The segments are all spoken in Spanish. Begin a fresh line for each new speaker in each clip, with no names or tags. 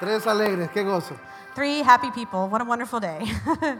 Tres alegres, qué gozo.
Three happy people. What a wonderful day.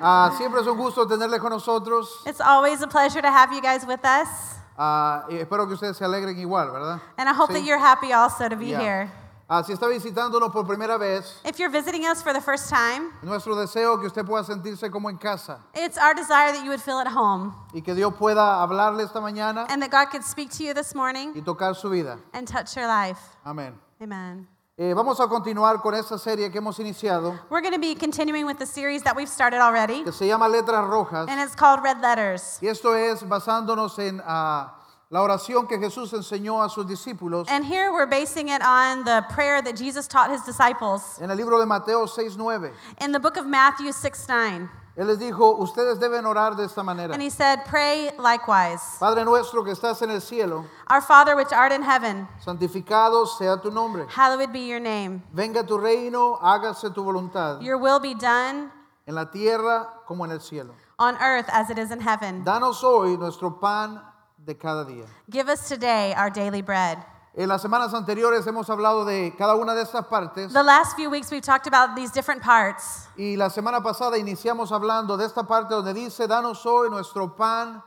Ah, siempre es un gusto tenerles con nosotros.
it's always a pleasure to have you guys with us.
Ah, y espero que ustedes se alegren igual, ¿verdad?
And I hope
Sí.
that you're happy also to be
Yeah.
here.
Ah, si está visitándonos por primera vez,
If you're visiting us for the first time,
nuestro deseo es que usted pueda sentirse como en casa
it's our desire that you would feel at home
y que Dios pueda hablarle esta mañana
and that God could speak to you this morning
y tocar su vida.
and touch your life.
Amén.
Amen.
Eh, vamos a continuar con esta serie que hemos iniciado,
We're going to be continuing with the series that we've started already,
que se llama Letras Rojas.
and it's called Red Letters.
Y esto es basándonos en ah, la oración que Jesús enseñó a sus discípulos
And here we're basing it on the prayer that Jesus taught his disciples
en el libro de Mateo 6.9.
in the book of Matthew 6 9.
Él les dijo, ustedes deben orar de esta manera.
And he said, Pray likewise.
Padre nuestro que estás en el cielo,
Our Father which art in heaven,
santificado sea tu nombre.
hallowed be your name.
Venga tu reino, hágase tu voluntad,
Your will be done
en la tierra como en el cielo.
on earth as it is in heaven.
Danos hoy nuestro pan de cada día.
Give us today our daily bread.
En las semanas anteriores hemos hablado de cada una de estas partes
The last few weeks we've talked about these different parts.
y la semana pasada iniciamos hablando de esta parte donde dice, danos hoy nuestro pan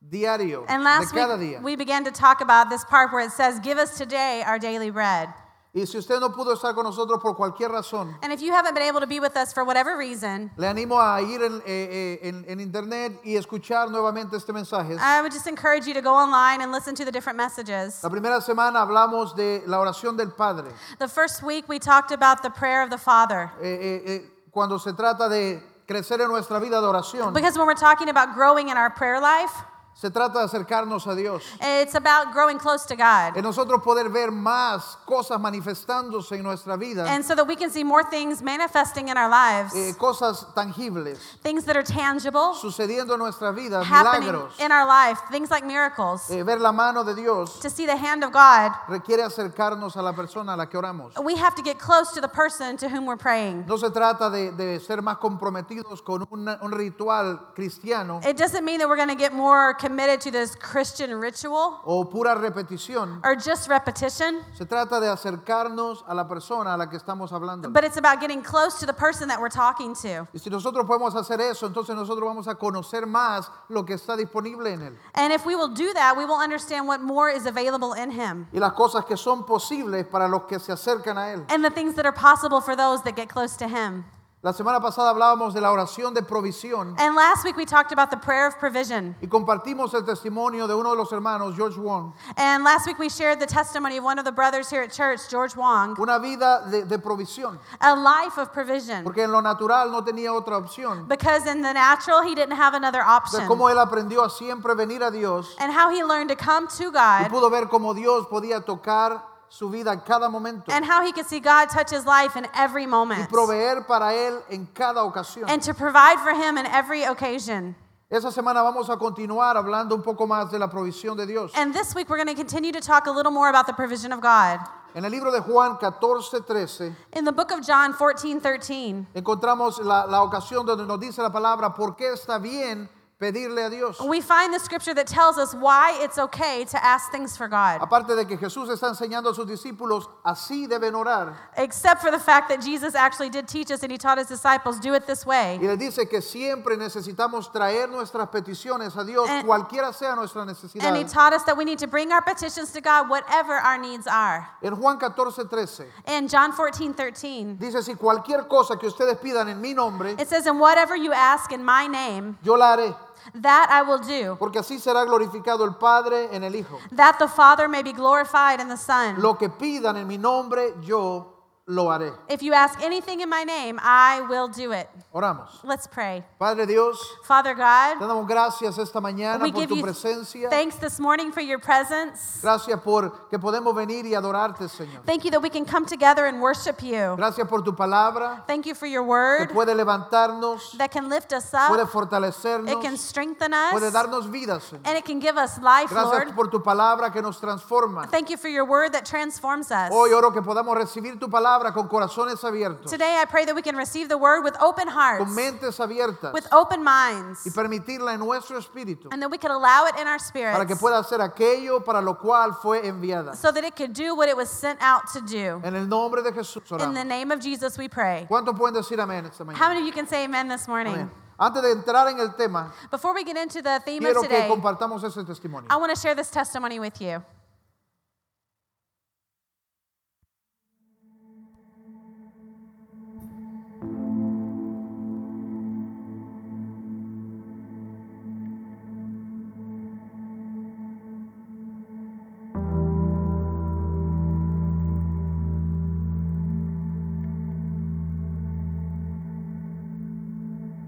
diario
And
de
last
cada
week
día.
we began to talk about this part where it says, Give us today our daily bread.
Y si usted no pudo estar con nosotros por cualquier razón,
And if you haven't been able to be with us for whatever reason,
le animo a ir en, eh, eh, en- en internet y escuchar nuevamente este mensaje.
I would just encourage you to go online and listen to the different messages.
La primera semana hablamos de la oración del Padre.
The first week we talked about the prayer of the Father.
Eh, eh, eh, cuando se trata de crecer en nuestra vida de oración,
Because when we're talking about growing in our prayer life,
se trata de acercarnos a Dios.
it's about growing close to God.
En nosotros poder ver más cosas manifestándose en nuestra vida,
And so that we can see more things manifesting in our lives,
eh, cosas tangibles
things that are tangible,
sucediendo en nuestra vida,
happening
milagros.
in our life, things like miracles.
Eh, ver la mano de Dios
To see the hand of God,
requiere acercarnos a la persona a la que oramos.
we have to get close to the person to whom we're praying.
No se trata de, de ser más comprometidos con una- un ritual cristiano
It doesn't mean that we're going to get more committed to this Christian ritual
o pura repetición.
or just repetition,
Se trata de acercarnos a la persona a la que estamos hablando.
but it's about getting close to the person that we're talking to.
Y si nosotros podemos hacer eso, entonces nosotros vamos a conocer más lo que está disponible en Él.
And if we will do that, we will understand what more is available in Him
Y las cosas que son posibles para los que se acercan a Él.
and the things that are possible for those that get close to Him.
La semana pasada hablábamos de la oración de provisión
And last week we talked about the prayer of provision.
y compartimos el testimonio de uno de los hermanos, George Wong.
And last week we shared the testimony of one of the brothers here at church, George Wong,
Una vida de, de provisión,
a life of provision.
porque en lo natural no tenía otra opción.
Because in the natural, he didn't have another option.
De cómo él aprendió a siempre venir a Dios
And how he learned to come
y
to God
pudo ver cómo Dios podía tocar su vida en cada momento
and how he could see God touch his life in every
y
moment
proveer para él en cada ocasión.
and to provide for him in every occasion.
Esa semana vamos a continuar hablando un poco más de la provisión de Dios.
And this week, we're going to continue to talk a little more about the provision of God.
En el libro de Juan 14, 13,
In the book of John 14 13,
encontramos la, la ocasión donde nos dice la palabra, ¿por qué está bien pedirle a Dios?
we find the scripture that tells us why it's okay to ask things for God,
Aparte de que Jesús está enseñando a sus discípulos, así deben orar.
except for the fact that Jesus actually did teach us and he taught his disciples, do it this way.
Y les dice que siempre necesitamos traer nuestras peticiones a Dios,
And-
cualquiera sea nuestra necesidad.
And he taught us that we need to bring our petitions to God, whatever our needs are.
En Juan 14, 13,
In John 14 13,
dice, si cualquier cosa que ustedes pidan en mi nombre,
it says, And whatever you ask in my name,
yo la haré,
that I will do,
porque así será glorificado el Padre en el Hijo.
that the Father may be glorified in the Son.
Lo que pidan en mi nombre, yo lo haré.
If you ask anything in my name, I will do it.
Oramos.
Let's pray.
Padre Dios,
Father
te
God,
damos gracias esta mañana
we
por
give
tu
you
presencia.
thanks this morning for your presence.
Gracias por que podemos venir y adorarte, Señor.
Thank you that we can come together and worship you.
Gracias por tu palabra
Thank you for your
que
word
puede levantarnos,
that can lift us
puede
up, it can
fortalecernos,
strengthen
puede
us,
darnos vida, Señor.
and it can give us life, Lord.
Gracias por tu palabra que nos transforma. Oh,
Thank you for your word that transforms us.
Hoy oro que podamos recibir tu palabra con corazones abiertos,
Today, I pray that we can receive the word with open
con
hearts,
mentes abiertas
with open minds,
y permitirla en nuestro espíritu
and that we can allow it in our spirits
para que pueda hacer aquello para lo cual fue enviada.
so that it can do what it was sent out to do.
En el nombre de Jesús
In
oramos.
the name of Jesus, we pray.
¿Cuántos pueden decir amén esta
How
mañana?
many of you can say amen this morning?
Amén. Antes de entrar en el tema,
Before we get into the theme
quiero que
of today,
compartamos ese testimonio.
I want to share this testimony with you.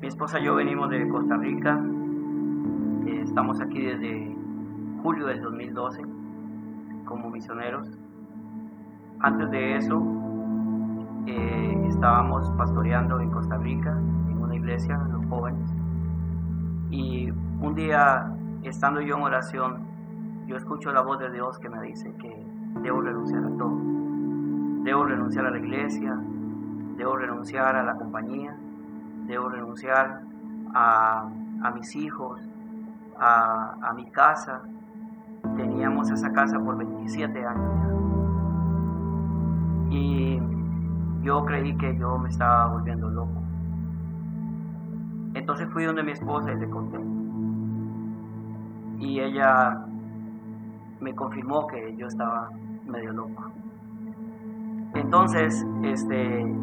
Mi esposa y yo venimos de Costa Rica. Eh, Estamos aquí desde julio del 2012 como misioneros. Antes de eso eh, estábamos pastoreando en Costa Rica, en una iglesia, los jóvenes. Y un día, estando yo en oración, yo escucho la voz de Dios que me dice que debo renunciar a todo. Debo renunciar a la iglesia, debo renunciar a la compañía, debo renunciar a, a mis hijos, a, a mi casa. Teníamos esa casa por 27 años ya. Y yo creí que yo me estaba volviendo loco. Entonces fui donde mi esposa y le conté. Y ella me confirmó que yo estaba medio loco. Entonces, este,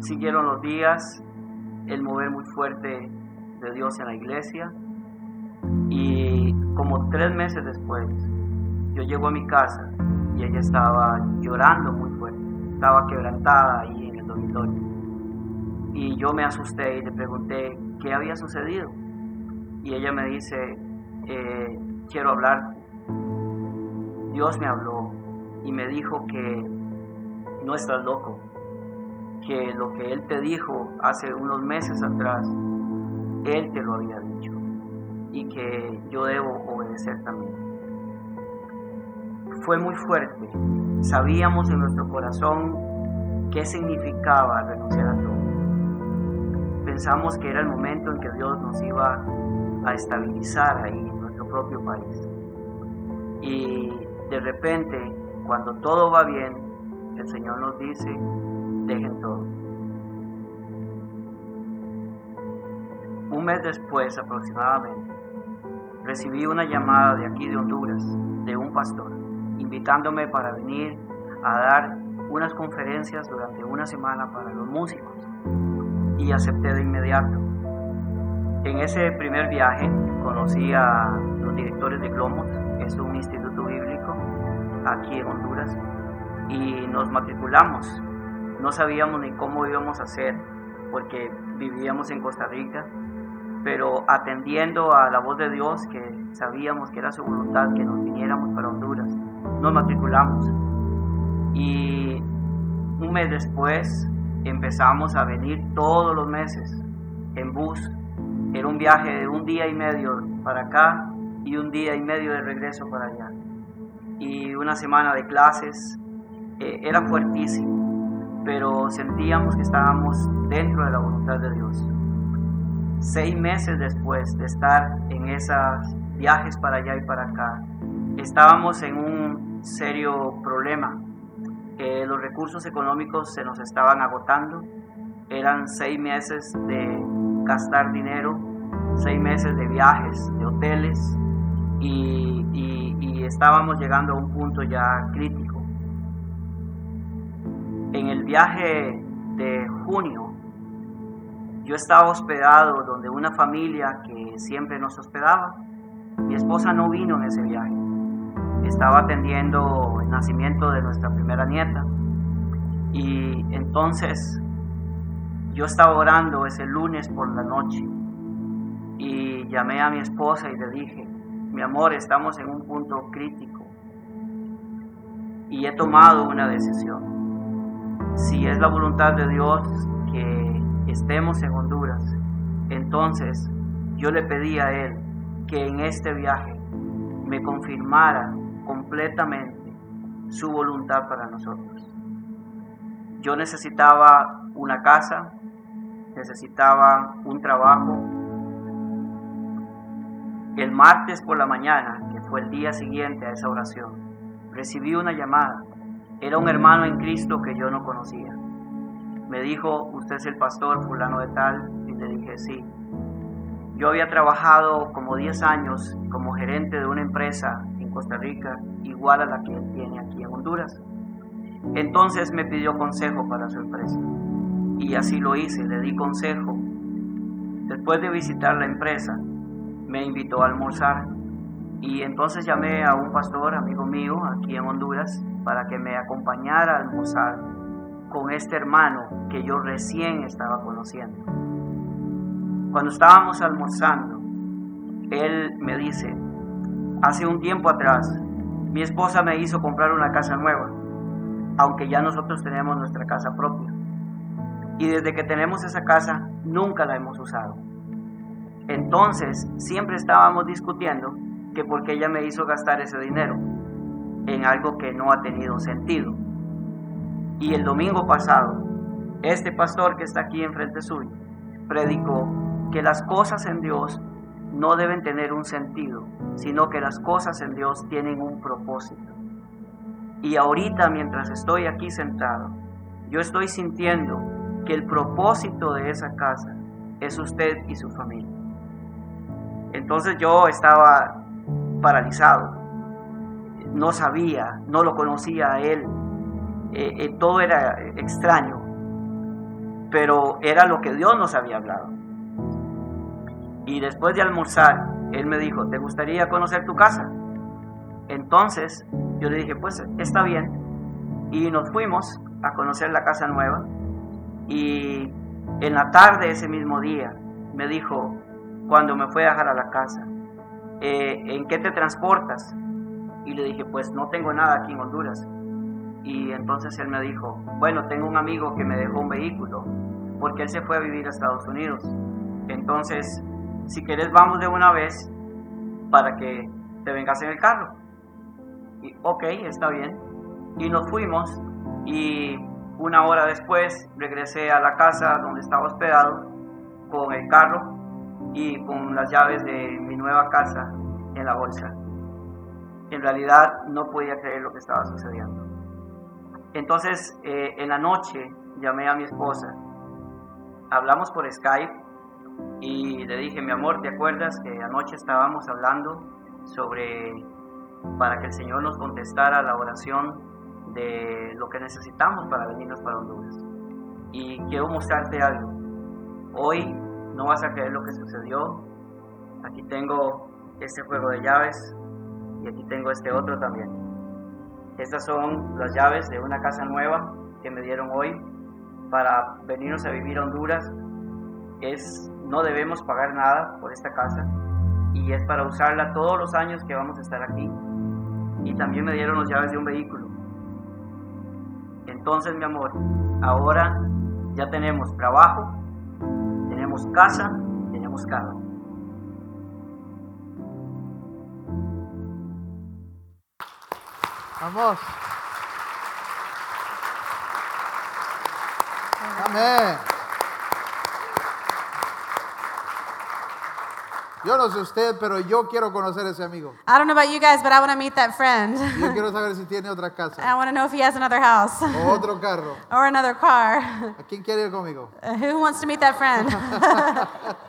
siguieron los días, el mover muy fuerte de Dios en la iglesia. Y como tres meses después, yo llego a mi casa y ella estaba llorando muy fuerte, estaba quebrantada ahí en el dormitorio. Y yo me asusté y le pregunté qué había sucedido. Y ella me dice, eh, quiero hablar. Dios me habló y me dijo que no estás loco, que lo que Él te dijo hace unos meses atrás, Él te lo había dicho y que yo debo obedecer también. Fue muy fuerte. Sabíamos en nuestro corazón qué significaba renunciar a todo. Pensamos que era el momento en que Dios nos iba a estabilizar ahí en nuestro propio país. Y de repente, cuando todo va bien, el Señor nos dice, dejen todo. Un mes después aproximadamente, recibí una llamada de aquí de Honduras, de un pastor, invitándome para venir a dar unas conferencias durante una semana para los músicos. Y acepté de inmediato. En ese primer viaje conocí a los directores de Glomos, es un instituto bíblico aquí en Honduras, y nos matriculamos. No sabíamos ni cómo íbamos a hacer porque vivíamos en Costa Rica, pero atendiendo a la voz de Dios que sabíamos que era su voluntad que nos viniéramos para Honduras, nos matriculamos. Y un mes después empezamos a venir todos los meses en bus. Era un viaje de un día y medio para acá y un día y medio de regreso para allá y una semana de clases. eh, era fuertísimo, pero sentíamos que estábamos dentro de la voluntad de Dios. Seis meses después de estar en esos viajes para allá y para acá, estábamos en un serio problema. Eh, los recursos económicos se nos estaban agotando. Eran seis meses de gastar dinero, seis meses de viajes, de hoteles, y, y- y estábamos llegando a un punto ya crítico. En el viaje de junio, yo estaba hospedado donde una familia que siempre nos hospedaba. Mi esposa no vino en ese viaje. Estaba atendiendo el nacimiento de nuestra primera nieta. Y entonces yo estaba orando ese lunes por la noche y llamé a mi esposa y le dije, mi amor, estamos en un punto crítico y he tomado una decisión. Si es la voluntad de Dios que estemos en Honduras, entonces yo le pedí a Él que en este viaje me confirmara completamente su voluntad para nosotros. Yo necesitaba una casa, necesitaba un trabajo. El martes por la mañana, que fue el día siguiente a esa oración, recibí una llamada. Era un hermano en Cristo que yo no conocía. Me dijo, usted es el pastor fulano de tal, y le dije, sí. Yo había trabajado como 10 años como gerente de una empresa en Costa Rica, igual a la que él tiene aquí en Honduras. Entonces me pidió consejo para su empresa. Y así lo hice, le di consejo. Después de visitar la empresa, me invitó a almorzar. Y entonces llamé a un pastor, amigo mío, aquí en Honduras, para que me acompañara a almorzar con este hermano que yo recién estaba conociendo. Cuando estábamos almorzando, él me dice, hace un tiempo atrás, mi esposa me hizo comprar una casa nueva, aunque ya nosotros tenemos nuestra casa propia. Y desde que tenemos esa casa, nunca la hemos usado. Entonces, siempre estábamos discutiendo que por qué ella me hizo gastar ese dinero en algo que no ha tenido sentido. Y el domingo pasado, este pastor que está aquí enfrente suyo predicó que las cosas en Dios no deben tener un sentido, sino que las cosas en Dios tienen un propósito. Y ahorita, mientras estoy aquí sentado, yo estoy sintiendo que el propósito de esa casa es usted y su familia. Entonces yo estaba paralizado, no sabía, no lo conocía a él, eh, eh, todo era extraño, pero era lo que Dios nos había hablado. Y después de almorzar, él me dijo, ¿te gustaría conocer tu casa? Entonces yo le dije, pues está bien. Y nos fuimos a conocer la casa nueva. Y en la tarde ese mismo día me dijo, cuando me fue a dejar a la casa, "Eh, ¿en qué te transportas? Y le dije, pues no tengo nada aquí en Honduras. Y entonces él me dijo, bueno, tengo un amigo que me dejó un vehículo, porque él se fue a vivir a Estados Unidos. Entonces, si quieres, vamos de una vez para que te vengas en el carro. Y, ok, está bien. Y nos fuimos y una hora después regresé a la casa donde estaba hospedado con el carro y con las llaves de mi nueva casa en la bolsa. En realidad no podía creer lo que estaba sucediendo. Entonces, eh, en la noche llamé a mi esposa, hablamos por Skype y le dije, mi amor, ¿te acuerdas que anoche estábamos hablando sobre para que el Señor nos contestara la oración de lo que necesitamos para venirnos para Honduras? Y quiero mostrarte algo. Hoy no vas a creer lo que sucedió. Aquí tengo este juego de llaves y aquí tengo este otro también. Estas son las llaves de una casa nueva que me dieron hoy para venirnos a vivir a Honduras es no debemos pagar nada por esta casa y es para usarla todos los años que vamos a estar aquí. Y también me dieron las llaves de un vehículo. Entonces, mi amor, ahora ya tenemos trabajo, tenemos casa, tenemos carro.
Vamos. Amén. Yo no sé usted, pero yo quiero conocer a ese amigo.
I don't know about you guys, but I want to meet that friend.
Yo quiero saber si tiene otra casa
I want to know if he has another house
o otro carro.
or another car.
¿A quién quiere ir conmigo?
Who wants to meet that friend?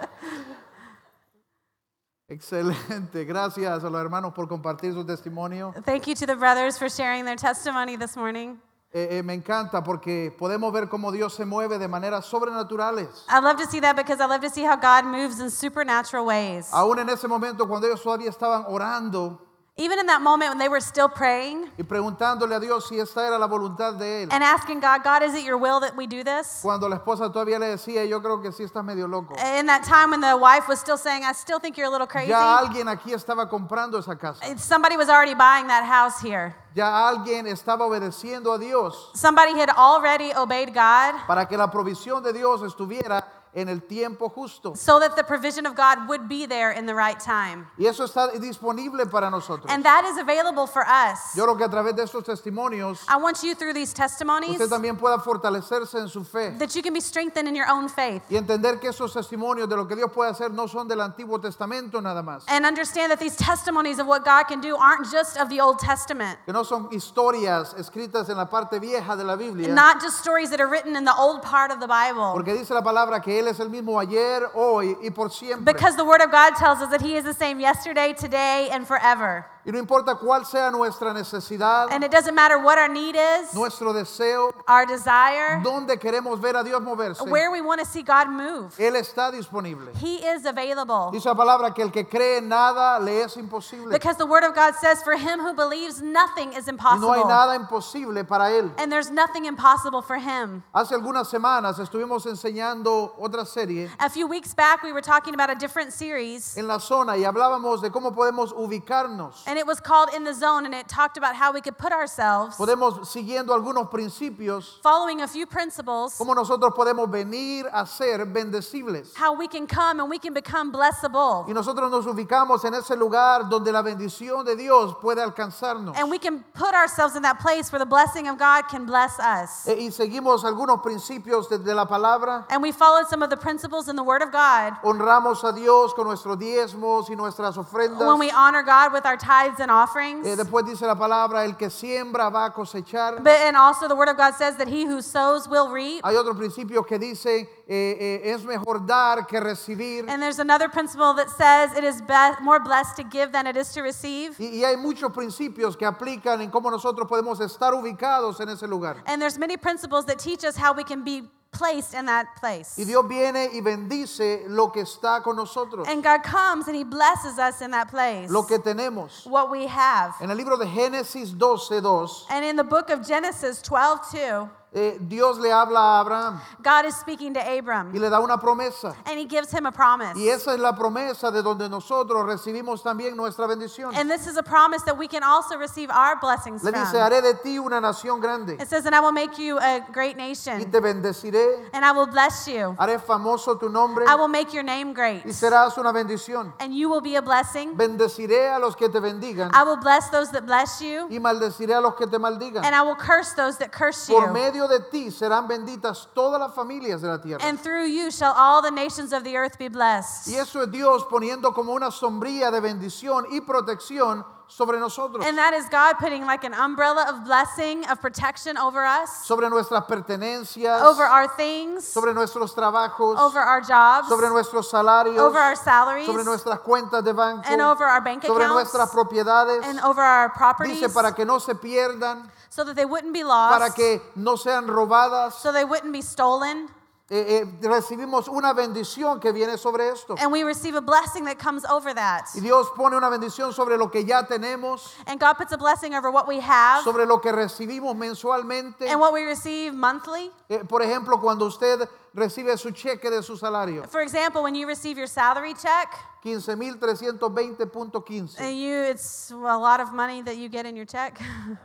Excelente. Gracias a los hermanos por compartir su testimonio.
Thank you to the brothers for sharing their testimony this morning.
Eh, eh, me encanta porque podemos ver cómo Dios se mueve de maneras sobrenaturales.
I love to see that because I love to see how God moves in supernatural ways.
Aún en ese momento cuando ellos todavía estaban orando
Even in that moment when they were still praying
y preguntándole a Dios si esta era la voluntad de Él.
and asking God, God, is it your will that we do this?
Cuando la esposa todavía le decía, yo creo que sí estás medio loco.
In that time when the wife was still saying, I still think you're a little crazy,
Ya alguien aquí estaba comprando esa casa.
somebody was already buying that house here.
Ya alguien estaba obedeciendo a Dios
Somebody had already obeyed God
para que la provisión de Dios estuviera en el tiempo justo.
so that the provision of God would be there in the right time.
Y eso está disponible para nosotros.
And that is available for us.
Yo creo que a través de estos testimonios,
I want you through these testimonies
usted también pueda fortalecerse en su fe
that you can be strengthened in your own faith
y entender que esos testimonios de lo que Dios puede hacer no son del Antiguo Testamento nada más,
and understand that these testimonies of what God can do aren't just of the Old Testament,
que no son historias escritas en la parte vieja de la Biblia,
not just stories that are written in the old part of the Bible.
porque dice la palabra que Él es el mismo ayer, hoy y por siempre.
Because the Word of God tells us that He is the same yesterday, today, and forever.
Y no importa cuál sea nuestra necesidad,
And it doesn't matter what our need is,
nuestro deseo,
our desire,
dónde queremos ver a Dios moverse,
where we want to see God move.
Él está disponible.
He is available.
Dice la palabra que el que cree nada le es imposible.
Because the Word of God says, For him who believes, nothing is
Y no hay
impossible.
nada imposible para él.
And there's nothing impossible for him.
Hace algunas semanas estuvimos enseñando otra serie
A few weeks back, we were talking about a different series,
en la zona y hablábamos de cómo podemos ubicarnos.
and it was called In the Zone, and it talked about how we could put ourselves,
Podemos, siguiendo algunos principios,
following a few principles,
cómo nosotros podemos venir a ser bendecibles.
how we can come and we can become blessable.
Y nosotros nos ubicamos en ese lugar donde la bendición de Dios puede alcanzarnos.
And we can put ourselves in that place where the blessing of God can bless us.
E- Y seguimos algunos principios desde la palabra.
And we followed some of the principles in the Word of God
Honramos a Dios con nuestros diezmos y nuestras ofrendas.
when we honor God with our tithes and offerings.
Eh, después dice la palabra, el que siembra va a cosechar.
But and also the Word of God says that he who sows will reap.
Hay otro principio que dice, eh, eh, es mejor dar que recibir.
And there's another principle that says it is be- more blessed to give than it is to receive.
Y, y hay muchos principios que aplican en cómo nosotros podemos estar ubicados en ese lugar.
And there's many principles that teach us how we can be placed in that place.
Y Dios viene y bendice lo que está con nosotros,
And God comes and he blesses us in that place.
lo que tenemos.
What we have.
En el libro de Génesis 12:2,
And in the book of Genesis 12:2,
eh, Dios le habla a Abraham
God is speaking to Abram.
y le da una promesa.
And he gives him a promise.
Y esa es la promesa de donde nosotros recibimos también nuestra bendición.
And this is a promise that we can also receive our blessings
Le dice,
from.
haré de ti una nación grande
It says, And I will make you a great
y
nation,
te bendeciré,
and I will bless you.
haré famoso tu nombre
I will make your name great,
y serás una bendición.
and you will be a blessing.
Bendeciré a los que te bendigan
I will bless those that bless you,
y maldeciré a los que te maldigan.
and I will curse those that curse
Por
you.
medio de ti serán benditas todas las familias de la tierra.
And through you shall all the nations of the earth be blessed.
Y eso es Dios poniendo como una sombría de bendición y protección sobre nosotros,
And that is God putting like an umbrella of blessing, of protection over us,
sobre nuestras pertenencias,
over our things,
sobre nuestros trabajos,
over our jobs,
sobre nuestros salarios,
over our salaries,
sobre nuestras cuentas de banco,
and over our bank
sobre
accounts,
nuestras propiedades.
and over our properties.
Dice para que no se pierdan,
so that they wouldn't be
para
lost,
que no sean robadas.
so they wouldn't be stolen.
Eh, eh, recibimos una bendición que viene sobre esto.
And we receive a blessing that comes over that.
Y Dios pone una bendición sobre lo que ya tenemos,
And God puts a blessing over what we have
sobre lo que recibimos mensualmente.
and what we receive monthly.
Eh, por ejemplo, cuando usted recibe su cheque de su salario,
For example, when you receive your salary check,
15.320.15.
and you it's a lot of money that you get in your check.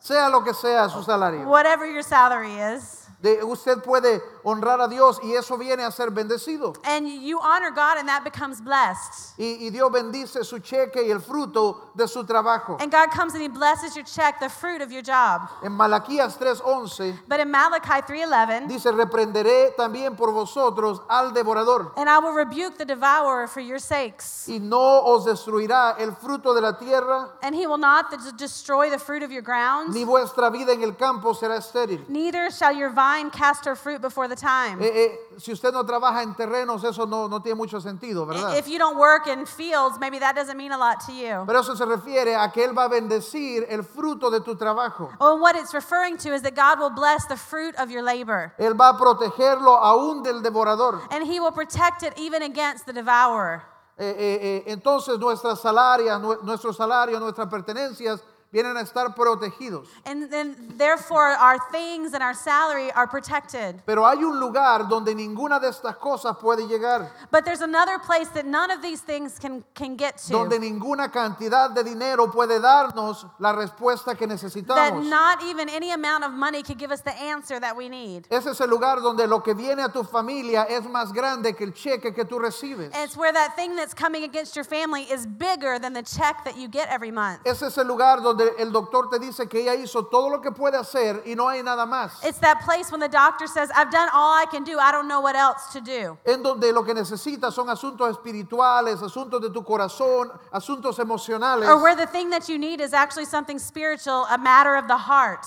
Sea lo que sea su salario.
Whatever your salary is.
De- usted puede honrar a Dios y eso viene a ser bendecido.
And you honor God and that becomes blessed.
Y, y Dios bendice su cheque y el fruto de su trabajo.
And God comes and he blesses your check, the fruit of your job.
En Malaquías 3.11
But in Malachi 3:11,
dice, reprenderé también por vosotros al devorador
and I will rebuke the devourer for your sakes.
y no os destruirá el fruto de la tierra,
And he will not th- destroy the fruit of your ground,
ni vuestra vida en el campo será estéril.
neither shall your vine cast her fruit before the time.
Eh, eh, si usted no trabaja en terrenos, eso no, no tiene mucho sentido, ¿verdad?
If you don't work in fields, maybe that doesn't mean a lot to you.
Pero eso se refiere a que Él va a bendecir el fruto de tu trabajo.
Well, what it's referring to is that God will bless the fruit of your labor,
Él va a protegerlo aún del devorador.
and he will protect it even against the devourer.
Eh, eh, eh, entonces nuestras salarias, nue- nuestros salarios, nuestras pertenencias vienen a estar protegidos.
And then, therefore, our things and our salary are protected.
Pero hay un lugar donde ninguna de estas cosas puede llegar,
But there's another place that none of these things can, can get
donde
to.
ninguna cantidad de dinero puede darnos la respuesta que
That
necesitamos.
not even any amount of money could give us the answer that we need.
Ese es el lugar donde lo que viene a tu familia es más grande que el cheque que tú recibes.
It's where that thing that's coming against your family is bigger than the check that you get every month.
Ese es el lugar donde el doctor te dice que ella hizo todo lo que puede hacer y no hay nada más.
It's that place when the doctor says, I've done all I can do, I don't know what else to do.
En donde lo que necesitas son asuntos espirituales, asuntos de tu corazón, asuntos emocionales.
Or where the thing that you need is actually something spiritual, a matter of the heart.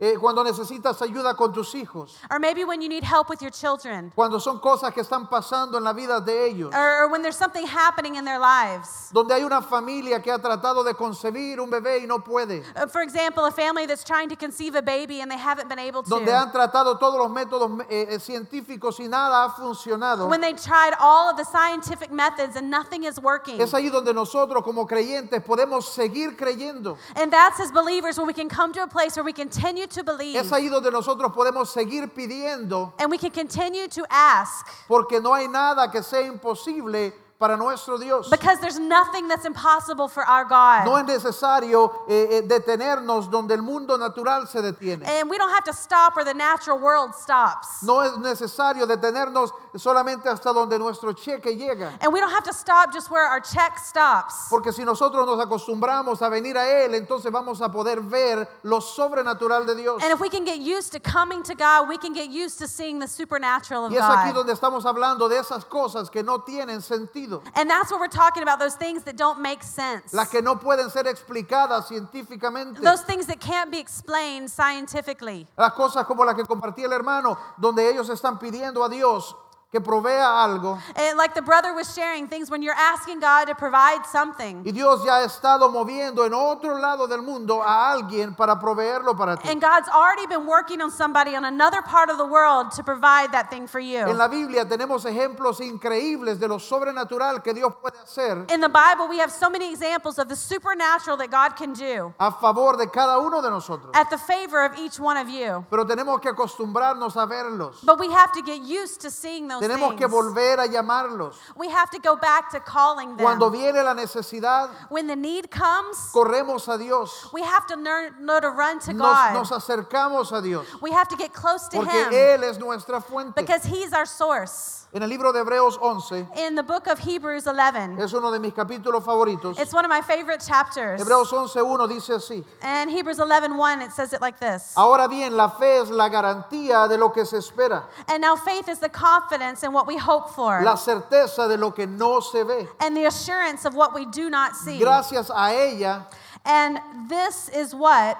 Eh, cuando necesitas ayuda con tus hijos,
Or maybe when you need help with your children.
cuando son cosas que están pasando en la vida de ellos,
Or, or when there's something happening in their lives.
donde hay una familia que ha tratado de concebir un bebé y no puede,
Uh, For example, a family that's trying to conceive a baby and they haven't been able
donde
to.
han tratado todos los métodos eh, eh, científicos y nada ha funcionado.
When they tried all of the scientific methods and nothing is working.
Es ahí donde nosotros como creyentes podemos seguir creyendo.
And that's as believers when we can come to a place where we continue to believe
Es ahí donde nosotros podemos seguir pidiendo
and we can continue to ask
porque no hay nada que sea imposible para nuestro Dios.
because there's nothing that's impossible for our
No
God.
es necesario eh, eh, detenernos donde el mundo natural se detiene.
And we don't have to stop where the natural world stops.
No es necesario detenernos solamente hasta donde nuestro cheque llega.
And we don't have to stop just where our check stops.
Porque si nosotros nos acostumbramos a venir a Él, entonces vamos a poder ver lo sobrenatural de Dios.
And if we can get used to coming to God, we can get used to seeing the supernatural of
Y es aquí
God.
donde estamos hablando de esas cosas que no tienen sentido,
And that's what we're talking about those things that don't make sense.
las que no pueden ser explicadas científicamente.
Those things that can't be explained scientifically.
Las cosas como las que compartí el hermano, donde ellos están pidiendo a Dios que provea algo.
And Eh, like the brother was sharing, things when you're asking God to provide something.
Y Dios ya ha estado moviendo en otro lado del mundo a alguien para proveerlo para ti.
And God's already been working on somebody on another part of the world to provide that thing for
En
you.
la Biblia tenemos ejemplos increíbles de lo sobrenatural que Dios puede hacer
In the Bible, we have so many examples of the supernatural that God can do
a favor de cada uno de nosotros.
at the favor of each one of you.
Pero tenemos que acostumbrarnos a verlos.
But we have to get used to seeing those
Tenemos que
things.
volver a llamarlos.
We have to go back to calling
Cuando
them.
viene la necesidad,
When the need comes,
corremos a Dios.
we have to learn, know to run to
Nos,
God.
nos acercamos a Dios.
We have to get close to
Porque
Him
Él es nuestra fuente.
because He's our source.
En el libro de Hebreos 11,
In the book of Hebrews 11,
es uno de mis capítulos favoritos.
it's one of my favorite chapters.
Hebreos 11.1 dice así.
And Hebrews 11 it says it like this
Ahora bien, la fe es la garantía de lo que se espera,
And now faith is the confidence in what we hope
la
for
certeza de lo que no se ve.
and the assurance of what we do not see.
Gracias a ella
And this is what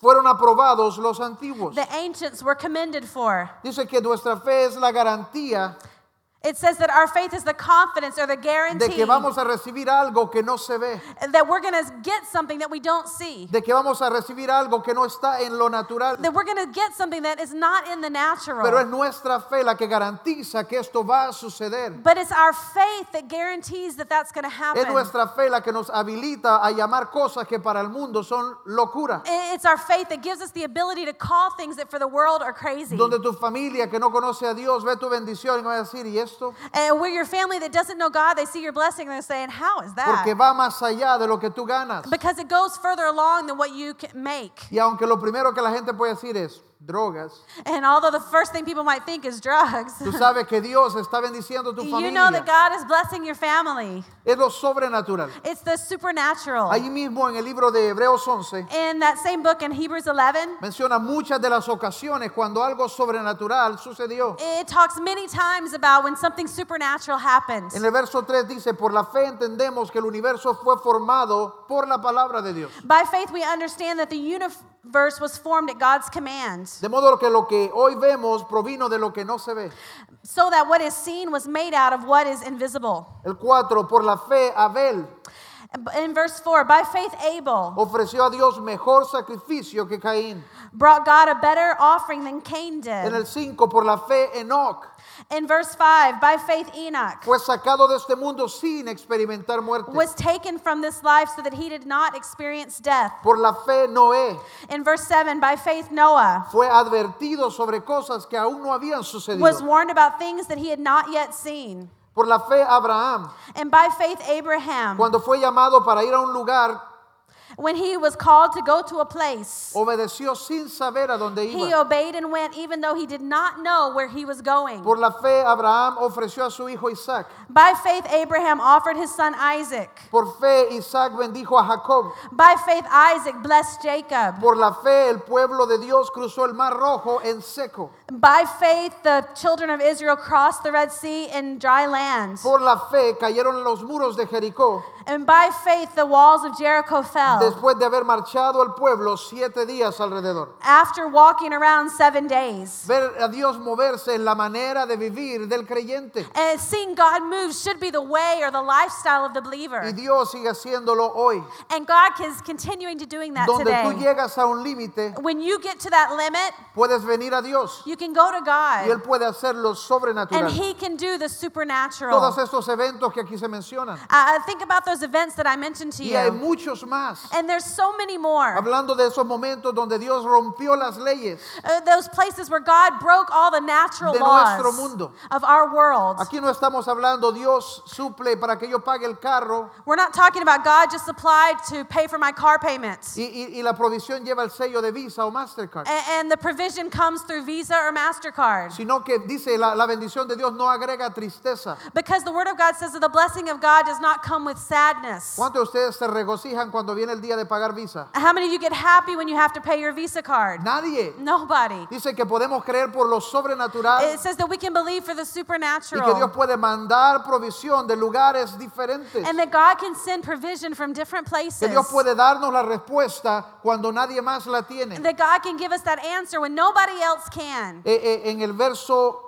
fueron aprobados los antiguos.
the ancients were commended for.
Dice que nuestra fe es la garantía
It says that our faith is the confidence or the
de
guarantee
que vamos a recibir algo que no se ve,
that we're going to get something that we don't see,
de que vamos a recibir algo que no está en lo natural.
that we're going to get something that is not in the
Pero es
natural.
nuestra fe la que garantiza que esto va a suceder.
But it's our faith that guarantees that that's going to
Es
happen.
nuestra fe la que nos habilita a llamar cosas que para el mundo son locura.
I- It's our faith that gives us the ability to call things that for the world are crazy.
Donde tu familia que no conoce a Dios ve tu bendición y va a decir, ¿y esto?
And where your family that doesn't know God, they see your blessing and they're saying, How is
Porque
that?
va más allá de lo que tú ganas.
Because it goes further along than what you can make.
Y aunque lo primero que la gente puede decir es drogas,
And although the first thing people might think is drugs,
tú sabes que Dios está bendiciendo tu
you know
familia.
that God is blessing your family.
Es lo sobrenatural.
It's the supernatural.
Allí mismo en el libro de Hebreos 11
In that same book in Hebrews 11,
menciona muchas de las ocasiones cuando algo sobrenatural sucedió.
it talks many times about when something supernatural happened.
En el verso 3 dice, por la fe entendemos que el universo fue formado por la palabra de Dios.
By faith, we understand that the universe was formed at God's command,
De modo que lo que hoy vemos provino de lo que no se ve.
so that what is seen was made out of what is invisible.
El 4, por la fe Abel
In verse 4, by faith, Abel
ofreció a Dios mejor sacrificio que Caín.
brought God a better offering than Cain
En
did.
el 5, por la fe, Enoch
In verse 5, by faith, Enoch
fue sacado de este mundo sin experimentar muerte.
was taken from this life so that he did not experience death.
Por la fe, Noé
In verse 7, by faith, Noah
fue advertido sobre cosas que aún no habían sucedido.
was warned about things that he had not yet seen.
Por la fe, Abraham,
And by faith, Abraham,
cuando fue llamado para ir a un lugar,
when he was called to go to a place,
obedeció sin saber a dónde
he
iba.
obeyed and went, even though he did not know where he was going.
Por la fe, Abraham ofreció a su hijo Isaac.
By faith, Abraham offered his son Isaac.
Por fe, Isaac bendijo a Jacob.
By faith, Isaac blessed Jacob.
Por la fe, el pueblo de Dios cruzó el mar rojo en seco.
By faith, the children of Israel crossed the Red Sea in dry land.
Por la fe, cayeron los muros de Jericó
And by faith, the walls of Jericho fell
después de haber marchado el pueblo siete días alrededor.
after walking around seven days.
Ver a Dios moverse en la manera de vivir del creyente.
And seeing God move should be the way or the lifestyle of the
Y
believer.
Dios sigue haciéndolo hoy.
And God is continuing to doing that
Donde tú
today.
llegas a un límite,
When you get to that limit,
puedes venir a Dios
you can go to
y Él
God
puede hacerlo sobrenatural.
and He can do the
Todos
supernatural.
estos eventos que aquí se mencionan.
Uh, think about those events that I mentioned to
Y hay
you.
muchos más.
And there's so many more.
Hablando de esos momentos donde Dios rompió las leyes.
Uh, those places where God broke all the natural
De
laws
nuestro mundo.
of our world.
Aquí no estamos hablando Dios suple para que yo pague el carro
We're not talking about God just applied to pay for my car payments.
y, y- y la provisión lleva el sello de Visa o Mastercard.
A- and the provision comes through Visa or MasterCard.
Sino que dice la, la bendición de Dios no agrega tristeza.
Because the Word of God says that the blessing of God does not come with sadness.
¿Cuántos de ustedes se regocijan cuando viene el día de pagar Visa?
How many of you get happy when you have to pay your Visa card?
Nadie.
Nobody.
Dice que podemos creer por lo sobrenatural
It says that we can believe for the
y que Dios
supernatural.
puede mandar provisión de lugares diferentes.
And that God can send provision from different places.
Que Dios puede darnos la respuesta cuando nadie más la tiene.
That God can give us that answer when nobody else can.
Eh, eh, en el verso,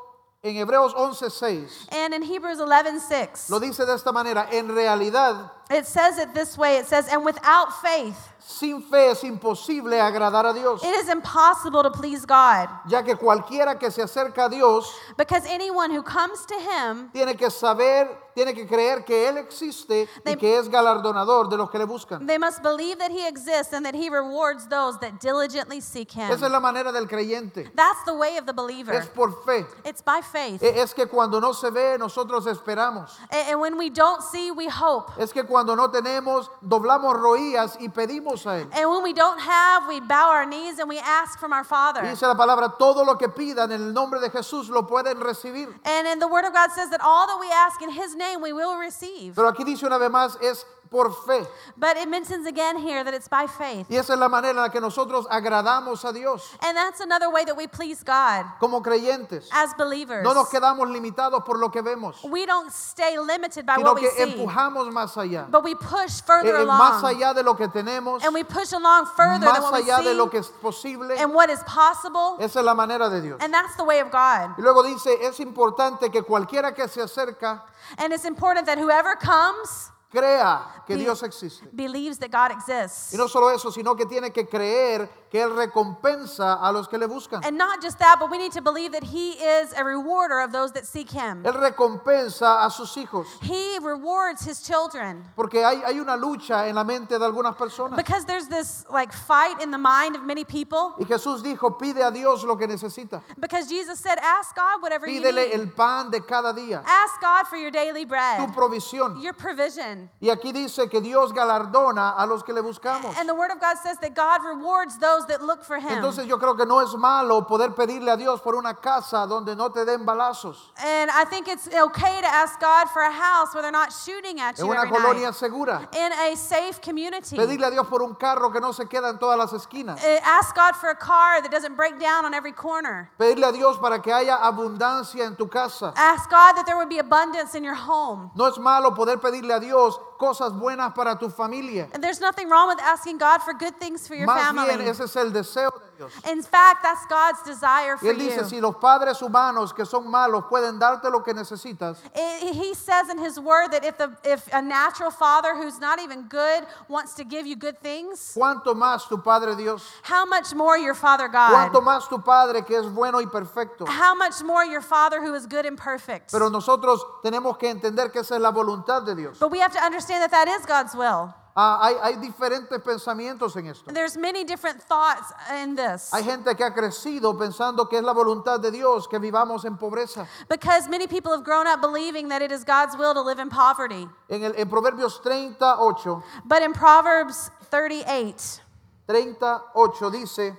en Hebreos 11:6,
And in Hebrews 11 6,
lo dice de esta manera: En realidad,
it says it this way it says, And without faith,
sin fe es imposible agradar a Dios,
it is impossible to please God.
ya que cualquiera que se acerca a Dios
Because anyone who comes to him,
tiene que saber, tiene que creer que Él existe y
They-
que es galardonador de los que le buscan.
they must believe that he exists and that he rewards those that diligently seek him.
Esa es la manera del creyente,
That's the way of the
es
believer.
por fe.
It's by faith.
E- Es que cuando no se ve, nosotros esperamos.
A- and when we don't see, we hope.
Es que cuando no tenemos, doblamos roías y pedimos a Él.
And when we don't have, we bow our knees and we ask from our Father.
Dice la palabra, todo lo que pidan en el nombre de Jesús lo pueden recibir.
And in the Word of God says that all that we ask in His name we will receive.
Pero aquí dice una vez más, es por fe.
But it mentions again here that it's by faith.
Y esa es la manera en la que nosotros agradamos a Dios
And that's another way that we please God
como creyentes.
as believers.
No nos quedamos limitados por lo que vemos,
we don't stay limited by
sino
what we
que
see,
empujamos más allá.
but we push further
Eh, eh, más
along.
allá de lo que tenemos,
And we push along further than
más
what we
allá de lo que
see
es posible.
and what is possible.
Esa es la manera de Dios.
And that's the way of God.
Y luego dice, es importante que cualquiera que se acerca
And it's important that whoever comes
crea que
Be-
Dios existe.
believes that God
Y
exists.
no solo eso, sino que tiene que creer que Él recompensa a los que le buscan.
And not just that, but we need to believe that He is a rewarder of those that seek Him.
Él recompensa a sus hijos.
He rewards his children.
Porque hay, hay una lucha en la mente de algunas personas.
Because there's this like fight in the mind of many people.
Y Jesús dijo, pide a Dios lo que necesita.
Because Jesus said, ask God whatever you
Pídele
need.
el pan de cada día,
Ask God for your daily bread,
tu provisión.
your provision.
Y aquí dice que Dios galardona a los que le buscamos.
And the word of God says that God rewards those that look for him.
Entonces yo creo que no es malo poder pedirle a Dios por una casa donde no te den balazos,
and I think it's okay to ask God for a house where they're not shooting at
en
you
una
every
colonia
night.
segura.
In a safe community.
Pedirle a Dios por un carro que no se queda en todas las esquinas.
Uh, Ask God for a car that doesn't break down on every corner.
Pedirle a Dios para que haya abundancia en tu casa.
Ask God that there would be abundance in your home.
No es malo poder pedirle a Dios cosas buenas para tu familia.
And there's nothing wrong with asking God for good things for your
Más bien,
family.
ese es el deseo de Dios. Dios.
In fact, that's God's desire
Y
for
él dice,
you.
si los padres humanos que son malos pueden darte lo que necesitas,
I- He says in His Word that if, the, if a natural father who's not even good wants to give you good things,
¿cuánto más tu Padre Dios?
how much more your Father
¿Cuánto
God?
más tu Padre que es bueno y perfecto?
How much more your Father who is good and perfect?
Pero nosotros tenemos que entender que esa es la voluntad de Dios.
But we have to understand that that is God's will.
Ah, hay, hay diferentes pensamientos en esto.
There's many different thoughts in this.
Hay gente que ha crecido pensando que es la voluntad de Dios que vivamos en pobreza.
Because many people have grown up believing that it is God's will to live in poverty.
En, el, en Proverbios 38,
But in Proverbs 38,
38 dice,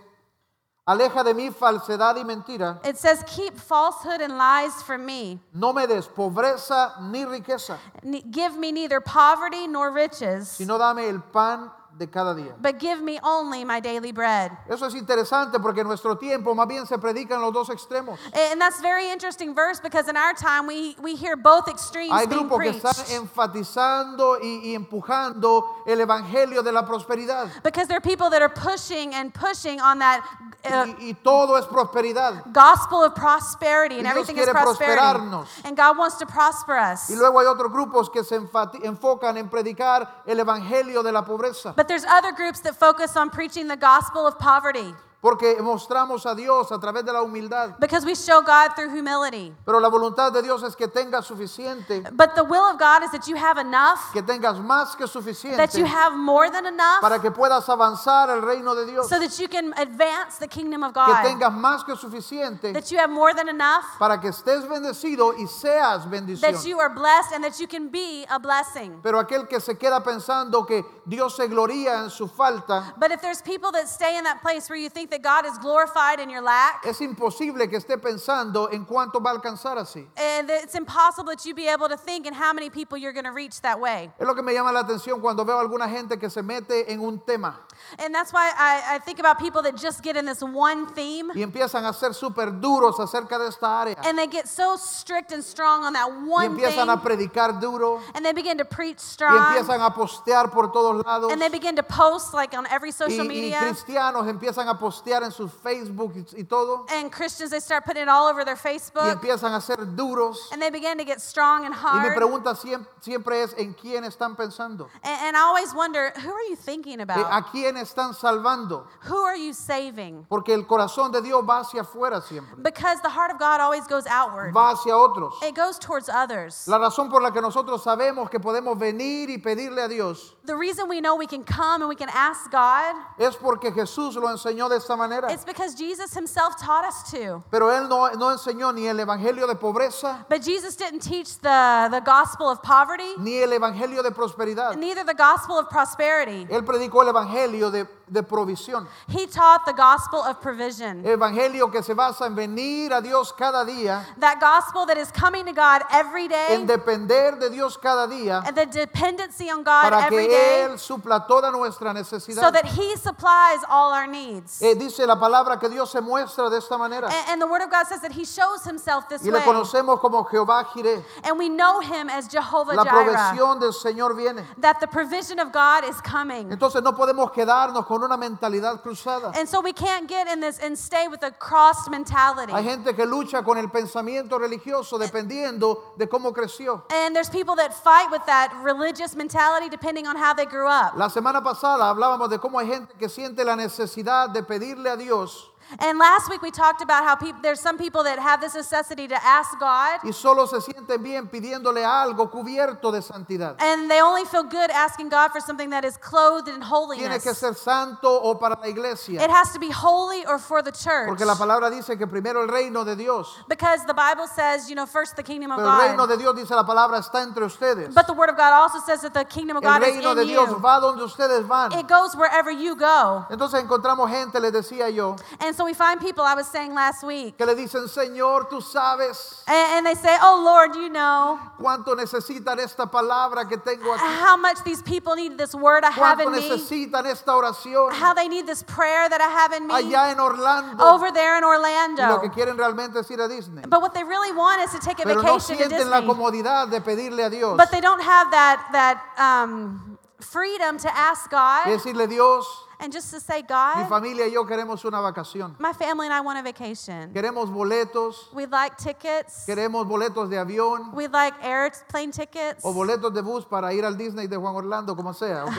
aleja de mí falsedad y mentira,
it says, Keep falsehood and lies from me.
no me des pobreza ni riqueza,
Ne- Give me neither poverty nor riches,
sino dame el pan de cada día.
but give me only my daily bread.
Eso es interesante porque en nuestro tiempo más bien se predican los dos extremos.
And that's a very interesting verse because in our time we, we hear both extremes
Hay
being
grupos que
preached.
están enfatizando y, y empujando el evangelio de la prosperidad.
Because there are people that are pushing and pushing on that uh,
Y, y todo es prosperidad.
gospel of prosperity and
Y Dios
everything is
quiere
prosperity.
prosperarnos.
And God wants to prosper us.
Y luego hay otros grupos que se enfati- enfocan en predicar el evangelio de la pobreza.
But there's other groups that focus on preaching the gospel of poverty
Porque mostramos a Dios a través de la humildad.
because we show God through humility.
Pero la voluntad de Dios es que tengas suficiente,
But the will of God is that you have enough,
que tengas más que
that you
suficiente
have more than
para
enough,
que puedas avanzar el reino de Dios.
so that you can advance the kingdom of
Que
God,
tengas más que suficiente
that you have more than enough,
para que estés bendecido y seas
that
bendición.
you are blessed, and that you can be a blessing.
Pero aquel que se queda pensando que Dios se gloria en su falta,
But if there's people that stay in that place where you think that God is glorified in your lack,
es imposible que esté pensando en cuánto va a alcanzar así.
and it's impossible that you be able to think in how many people you're going to reach that way.
Es lo que me llama la atención cuando veo a alguna gente que se mete en un tema
And that's why I, I think about people that just get in this one theme
y empiezan a ser súper duros acerca de esta área.
And they get so strict and strong on that
Y
one thing.
empiezan a predicar duro
And they begin to preach
y
strong.
empiezan a postear por todos lados.
And they begin to post like on every
Y,
social
y
media.
cristianos empiezan a postear en sus Facebook y, y todo
And Christians, they start putting it all over their
y
Facebook.
empiezan a ser duros.
And they begin to get strong and
Y mi
hard. And,
pregunta siem- siempre es en quién están pensando,
and I always wonder, who are you thinking
Eh,
about?
a quién están salvando,
Who are you saving?
porque el corazón de Dios va hacia afuera siempre,
Because the heart of God always goes outward.
va hacia otros.
It goes towards others.
La razón por la que nosotros sabemos que podemos venir y pedirle a Dios
The reason we know we can come and we can ask God,
es porque Jesús lo enseñó de esta manera.
it's because Jesus himself taught us to.
Pero Él no, no enseñó ni el evangelio de pobreza
But Jesus didn't teach the, the gospel of poverty.
ni el evangelio de prosperidad.
neither the gospel of prosperity.
Él predicó el evangelio de, de provisión.
He taught the gospel of provision.
Evangelio que se basa en venir a Dios cada día,
That gospel that is coming to God every day
en depender de Dios cada día
and the dependency on God
para
every
que
day
Él supla toda nuestra
so
necesidad.
that He supplies all our needs.
Eh, dice la palabra que Dios se muestra de esta manera
And, and the Word of God says that He shows Himself this
y le
way.
conocemos como Jehová Jireh.
And we know Him as Jehovah
La
Jireh.
provisión del Señor viene.
That the provision of God is coming.
Entonces no podemos quedarnos con una mentalidad cruzada.
And so we can't get in this and stay with a crossed mentality.
Hay gente que lucha con el pensamiento religioso dependiendo de cómo creció.
And there's people that fight with that religious mentality depending on how they grew up.
La semana pasada hablábamos de cómo hay gente que siente la necesidad de pedirle a Dios
And last week we talked about how peop there's some people that have this necessity to ask God,
y solo se sienten bien pidiéndole algo cubierto de santidad.
and they only feel good asking God for something that is clothed in
Tiene que
holiness.
ser santo o para la
It
iglesia.
has to be holy or for the church.
Porque la palabra dice que primero el reino de Dios.
Because the Bible says, you know, first the kingdom of
Pero el reino
Oh,
de
God.
Dios, dice la palabra, está entre ustedes.
But the word of God also says that the kingdom of
El
God is
reino de
in
Dios
you.
va donde ustedes van.
It goes wherever you go.
Entonces encontramos gente, les decía yo,
And so we find people, I was saying last week,
que le dicen, Señor, tú sabes
and, and they say, oh Lord, you know
cuánto necesitan esta palabra que tengo aquí,
how much these people need this word I have
cuánto
in me,
necesitan esta oración
how they need this prayer that I have in me.
allá en Orlando.
over there in
Y lo que
Orlando.
quieren realmente es ir a Disney.
But what they really want is to take a
Pero no
vacation to
sienten la
Disney.
comodidad de pedirle a Dios.
But they don't have that that um, freedom to ask
Y
God
decirle, Dios,
and just to
Mi
say, God,
familia y yo queremos una vacación.
my family and I want a vacation.
Queremos boletos,
We'd like tickets.
queremos boletos de avión
We'd like airplane tickets
o boletos de bus para ir al Disney de Juan Orlando, como sea. ok.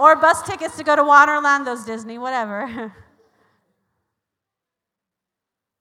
or bus tickets to go to Waterlandos, Disney, whatever.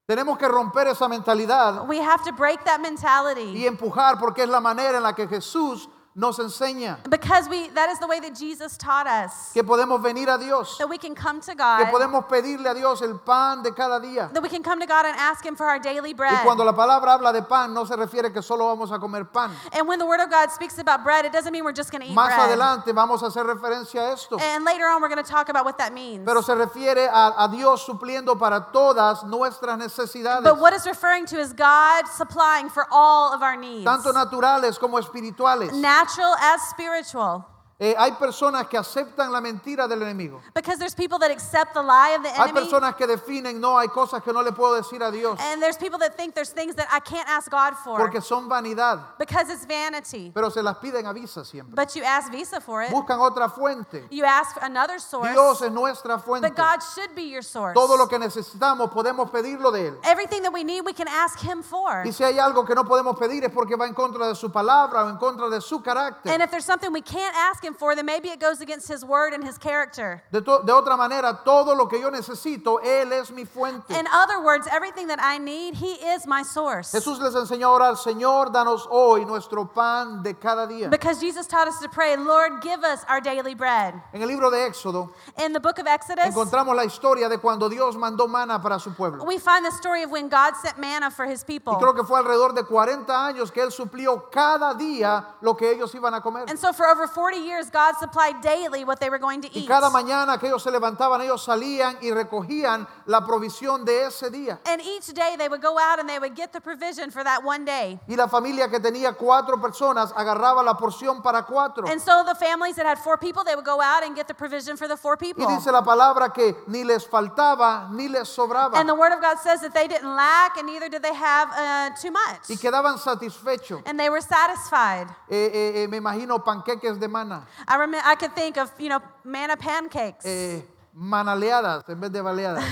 Tenemos que romper esa mentalidad
we have to break that mentality
y empujar porque es la manera en la que Jesús nos enseña
because we that is the way that Jesus taught us
que podemos venir a Dios,
that we can come to
que
God,
podemos pedirle a Dios el pan de cada día.
that we can come to God and ask Him for our daily bread.
Y cuando la palabra habla de pan, no se refiere que solo vamos a comer pan.
And when the Word of God speaks about bread, it doesn't mean we're just going to eat
Más
bread.
adelante vamos a hacer referencia a esto.
And later on, we're going to talk about what that means.
Pero se refiere a, a Dios supliendo para todas nuestras necesidades,
but what it's referring to is God supplying for all of our needs,
tanto naturales como espirituales.
natural as spiritual.
Eh, hay personas que aceptan la mentira del enemigo.
Because there's people that accept the lie of the
Hay
enemy,
personas que definen, no, hay cosas que no le puedo decir a Dios
and there's people that think there's things that I can't ask God for
porque son vanidad,
because it's vanity.
pero se las piden a visa siempre.
But you ask Visa for it.
Buscan otra fuente.
You ask another source.
Dios es nuestra
but
fuente.
God should be your source.
Todo lo que necesitamos podemos pedirlo de Él.
Everything that we need, we can ask Him for.
Y si hay algo que no podemos pedir es porque va en contra de su palabra o en contra de su
And
carácter.
if there's something we can't ask Him for, then maybe it goes against His word and His character.
De, to- de otra manera, todo lo que yo necesito, Él es mi fuente.
In other words, everything that I need, He is my source.
Jesús les enseñó a orar, Señor, danos hoy nuestro pan de cada día.
Because Jesus taught us to pray, Lord, give us our daily bread.
En el libro de Éxodo
In the book of Exodus,
encontramos la historia de cuando Dios mandó mana para su pueblo.
we find the story of when God sent manna for His
Y creo
people.
que fue alrededor de 40 años que Él suplió cada día lo que ellos iban a comer.
And so for over 40 years, God supplied daily what they were going to
Y
eat.
cada mañana que ellos se levantaban, ellos salían y recogían la provisión de ese día.
And each day they would go out and they would get the provision for that one day.
Y la familia que tenía cuatro personas agarraba la porción para cuatro.
And so the families that had four people, they would go out and get the provision for the four people.
Y dice la palabra que ni les faltaba ni les sobraba.
And the Word of God says that they didn't lack and neither did they have uh, too much.
Y quedaban satisfechos.
And they were satisfied.
Eh, eh, eh, me imagino panqueques de mana,
I rem- I could think of, you know, manna pancakes.
eh, manaleadas en vez de baleadas.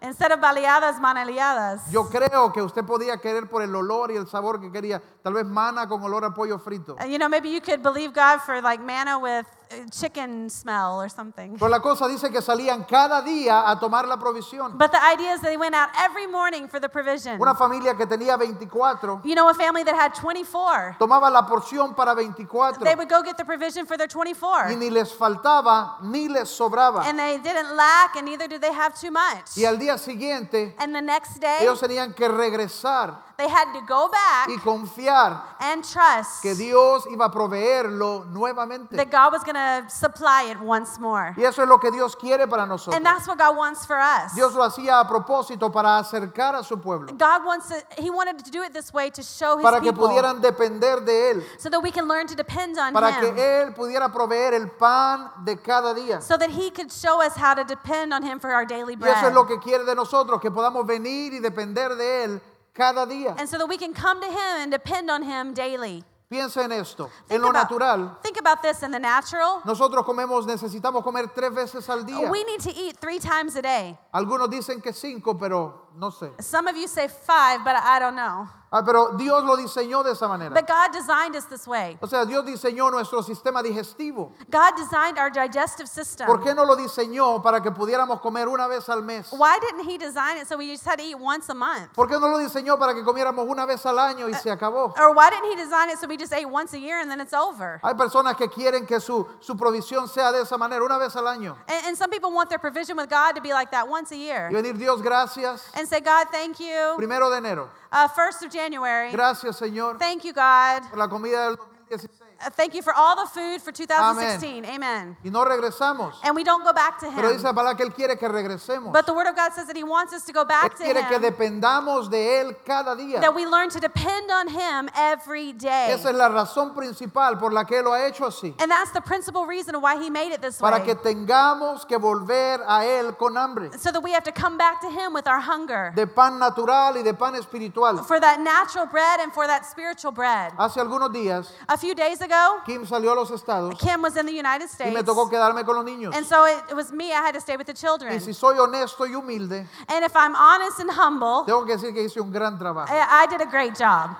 Instead of baleadas, manaliadas.
Yo creo que usted podía querer por el olor y el sabor que quería. Tal vez mana con olor a pollo frito.
Uh, You know, maybe you could believe God for like manna with uh, chicken smell or something.
Pero la cosa dice que salían cada día a tomar la provisión.
But the idea is they went out every morning for the provision.
Una familia que tenía 24
You know, a family that had 24.
tomaba la porción para 24
They would go get the provision for their
y
24.
ni les faltaba ni les sobraba.
And they didn't lack, and neither did they have too much.
Y al día siguiente
And the next day,
ellos tenían que regresar
they had to go back
y confiar
and trust
que Dios iba a proveerlo nuevamente.
that God was going to supply it once more.
Y eso es lo que Dios quiere para nosotros.
And that's what God wants for us.
Dios lo hacía a propósito para acercar a su pueblo,
God wants it, He wanted to do it this way to show His
para que
people
pudieran depender de Él,
so that we can learn to depend on
para
Him.
que Él pudiera proveer el pan de cada día.
so that he could show us how to depend on him for our daily
Y
bread.
eso es lo que quiere de nosotros, que podamos venir y depender de Él cada día.
and so that we can come to him and depend on him daily.
Piensa en esto, en
Think
lo
about-
natural.
Think about this in the natural.
Nosotros comemos, necesitamos comer tres veces al día.
We need to eat three times a day.
Algunos dicen que cinco, pero no sé.
Some of you say five, but I don't know.
Ah, pero Dios lo diseñó de esa manera.
But God designed us this way.
O sea, Dios diseñó nuestro sistema digestivo.
God designed our digestive system.
¿Por qué no lo diseñó para que pudiéramos comer una vez al mes?
Why didn't he design it so we just had to eat once a month?
¿Por qué no lo diseñó para que comiéramos una vez al
Eh,
año y se acabó?
Or why didn't he design it so we just ate once a year and then it's over?
Hay personas que quieren que su, su provisión sea de esa manera, una vez al año.
And, and some people want their provision with God to be like that once a
Y
year
venir, Dios, gracias.
and say, God, thank you.
Primero de enero.
Uh, first of January.
Gracias, Señor,
Thank you, God.
por la comida del 2016.
Uh, Thank you for all the food for 2016. Amen.
Y no regresamos.
And we don't go back to
Pero dice
Him.
la palabra que Él quiere que regresemos.
But the Word of God says that He wants us to go
Él
back to
quiere que
Him,
dependamos de Él cada día.
that we learn to depend on Him every day.
Esa es la razón principal por la que Él lo ha hecho así.
And that's the principal reason why He made it this
Para
way.
que tengamos que volver a Él con hambre.
So that we have to come back to Him with our hunger
De pan natural y de pan espiritual.
for that natural bread and for that spiritual bread.
Hace algunos días
A few days ago,
Kim salió a los estados
Kim was in the United
y
States.
me tocó quedarme con los niños.
And so it, it was me, I had to stay with the children.
Y si soy honesto y humilde,
And if I'm honest and humble,
tengo que decir que hice un gran trabajo,
I, I did a great job,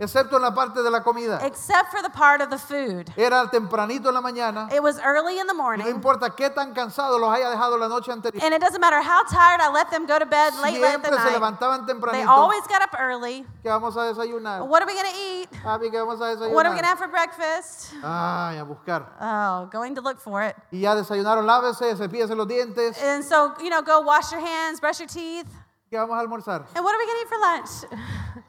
excepto en la parte de la comida.
except for the part of the food.
Era tempranito en la mañana,
It was early in the
y no
morning,
importa qué tan cansados los haya dejado la noche anterior,
and it doesn't matter how tired I let them go to bed eh, late, late at the
siempre se
night.
levantaban
They
tempranito.
always got up early.
¿Qué vamos a desayunar?
What are we going to eat?
Papi, ¿qué vamos a
What are we going to
desayunar?
have for breakfast?
Ay, a buscar.
Oh, going to look for it.
Y ya desayunaron, lávese, cepíllese los dientes.
And so, you know, go wash your hands, brush your teeth.
¿Qué vamos a almorzar?
And what are we going to eat for lunch?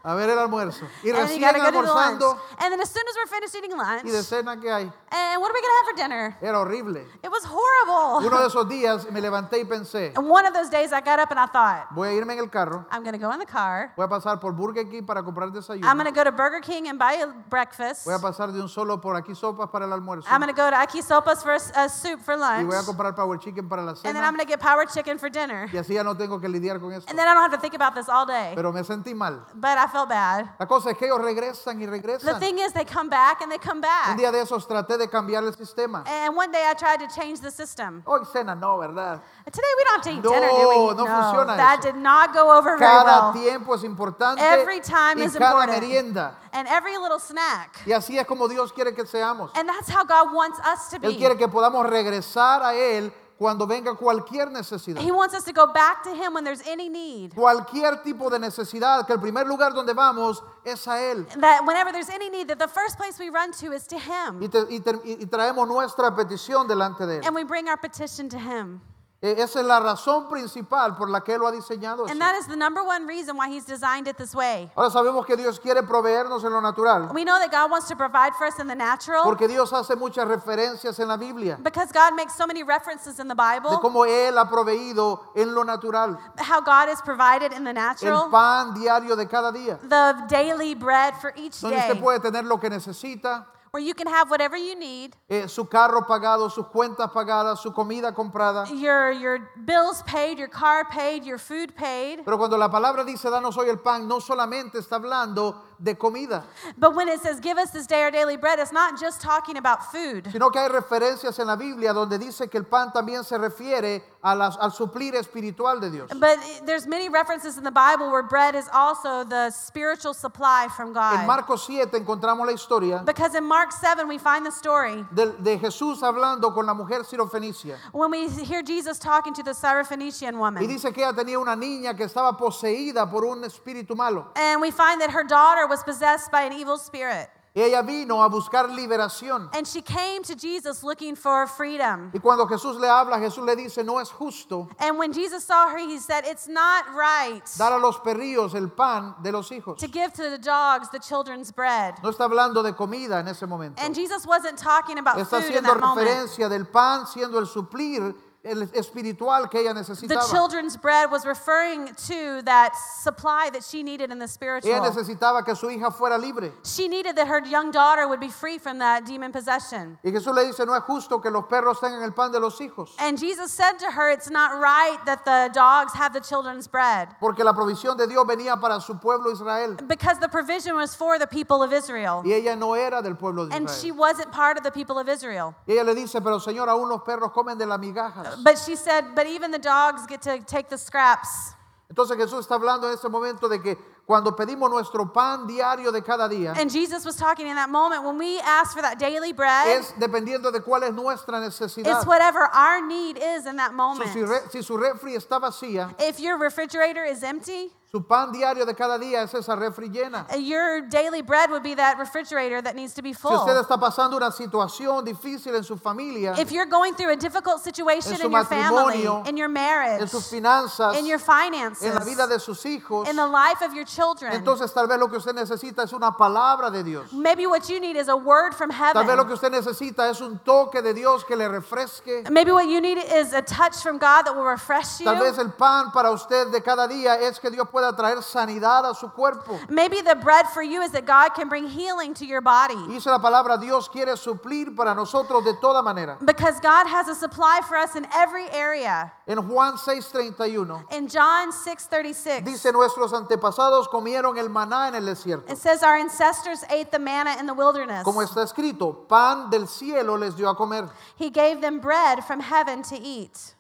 A ver el almuerzo. Y
And then you
recién
gotta go to the lunch.
almorzando
And then as soon as we're finished eating lunch,
y de cena que hay.
and what are we gonna have for dinner?
Era horrible.
It was horrible.
Uno de esos días me levanté y pensé,
And one of those days I got up and I thought,
voy a irme en el carro,
I'm gonna go in the car.
voy a pasar por Burger King para comprar
I'm
desayuno,
gonna go to Burger King and buy a breakfast.
voy a pasar de un solo por aquí sopas para el almuerzo
I'm gonna go to Akisopa's for a, s- a soup for
y
lunch.
voy a comprar Power Chicken para la
And then I'm
cena
gonna get power chicken for dinner.
y así ya no tengo que lidiar con esto.
And then I don't have to think about this all day.
Pero me sentí mal.
But I felt bad.
La cosa es que ellos regresan y
The
regresan.
thing is, they come back and they come
Un
back.
día de esos traté de cambiar el sistema.
And one day I tried to change the system.
Hoy cena no, ¿verdad?
Today we don't have to eat dinner, do we?
No, no funciona
that
eso.
did not go over very
Cada
well.
tiempo es importante
Every time
y
is
cada
important.
merienda.
and every little snack.
Y así es como Dios quiere que seamos.
And that's how God wants us to
Él
be.
quiere que podamos regresar a Él cuando venga cualquier necesidad.
He wants us to go back to Him when there's any need.
Cualquier tipo de necesidad, que el primer lugar donde vamos es a Él.
That whenever there's any need, that the first place we run to is to
Y,
Him.
te- y ter- y- y traemos nuestra petición delante de Él.
And we bring our petition to Him.
Eh, Esa es la razón principal por la que Él lo ha diseñado. así.
And that is the number one reason why He's designed it this way.
Ahora sabemos que Dios quiere proveernos en lo natural,
We know that God wants to provide for us in the natural
porque Dios hace muchas referencias en la Biblia
because God makes so many references in the
de
Bible,
cómo Él ha proveído en lo natural
how God is provided in the
el
natural,
pan diario de cada día,
the daily bread for each
donde
day,
usted puede tener lo que necesita,
where you can have whatever you need.
eh, su carro pagado, sus cuentas pagadas, su comida comprada.
your your bills paid, your car paid, your food paid.
Pero cuando la palabra dice danos hoy el pan, no solamente está hablando de comida,
But when it says give us this day our daily bread, it's not just talking about food.
sino que hay referencias en la Biblia donde dice que el pan también se refiere a las- al suplir espiritual de Dios.
But it- there's many references in the Bible where bread is also the spiritual supply from
En
God.
Marcos 7 encontramos la historia
Because in Mark 7 we find the story
de, de Jesús hablando con la mujer sirofenicia.
when we hear Jesus talking to the Syrophoenician
Y
woman.
dice que ella tenía una niña que estaba poseída por un espíritu malo.
And we find that her daughter was possessed by an evil spirit.
Y ella vino a buscar liberación.
And she came to Jesus looking for freedom.
Y cuando Jesús le habla, Jesús le dice, no es justo
And when Jesus saw her, he said, It's not right.
dar a los perrillos el pan de los hijos.
to give to the dogs the children's bread.
No está hablando de comida en ese momento.
And Jesus wasn't talking about
Está
food in
haciendo
that moment.
referencia del pan siendo el suplir el espiritual que ella
The
necesitaba.
children's bread was referring to that supply that she needed in the
Ella
spiritual.
necesitaba que su hija fuera libre.
She needed that her young daughter would be free from that demon possession.
Y Jesús le dice, no es justo que los perros tengan el pan de los hijos,
And Jesus said to her, It's not right that the dogs have the children's bread
porque la provisión de Dios venía para su pueblo Israel
because the provision was for the people of Israel.
y ella no era del pueblo de
And she
Israel.
wasn't part of the people of Israel.
Y ella le dice, pero Señor, aún los perros comen de las migajas.
But she said, But even the dogs get to take the scraps.
Entonces Jesús está hablando en ese momento de que cuando pedimos nuestro pan diario de cada día,
And Jesus was talking in that moment when we ask for that daily bread,
es dependiendo de cuál es nuestra necesidad.
it's whatever our need is in that
So,
moment.
si, re- si su refri está vacía,
If your refrigerator is empty,
Su pan diario de cada día es esa refri llena.
uh, your daily bread would be that refrigerator that needs to be
Si usted
full.
está pasando una situación difícil en su familia,
If you're going through a difficult situation
En su
in your family,
matrimonio,
in your marriage,
en sus finanzas,
in your
en
finances,
la vida de sus hijos,
in the life of your children,
entonces tal vez lo que usted necesita es una palabra de Dios.
maybe what you need is a word from
Tal vez lo que usted
heaven.
necesita es un toque de Dios que le refresque.
Maybe what you need is a touch from God that will refresh you.
Tal vez el pan para usted de cada día es que Dios pueda traer sanidad a su cuerpo.
Maybe the bread for you is that God can bring healing to your body.
Dice la palabra, Dios quiere suplir para nosotros de toda manera.
Because God has a supply for us in every area.
En Juan 6:31
In John 6:36,
dice, nuestros antepasados comieron el maná en el desierto.
it says our ancestors ate the manna in the wilderness.
Como está escrito, pan del cielo les dio a comer.
He gave them bread from heaven to eat.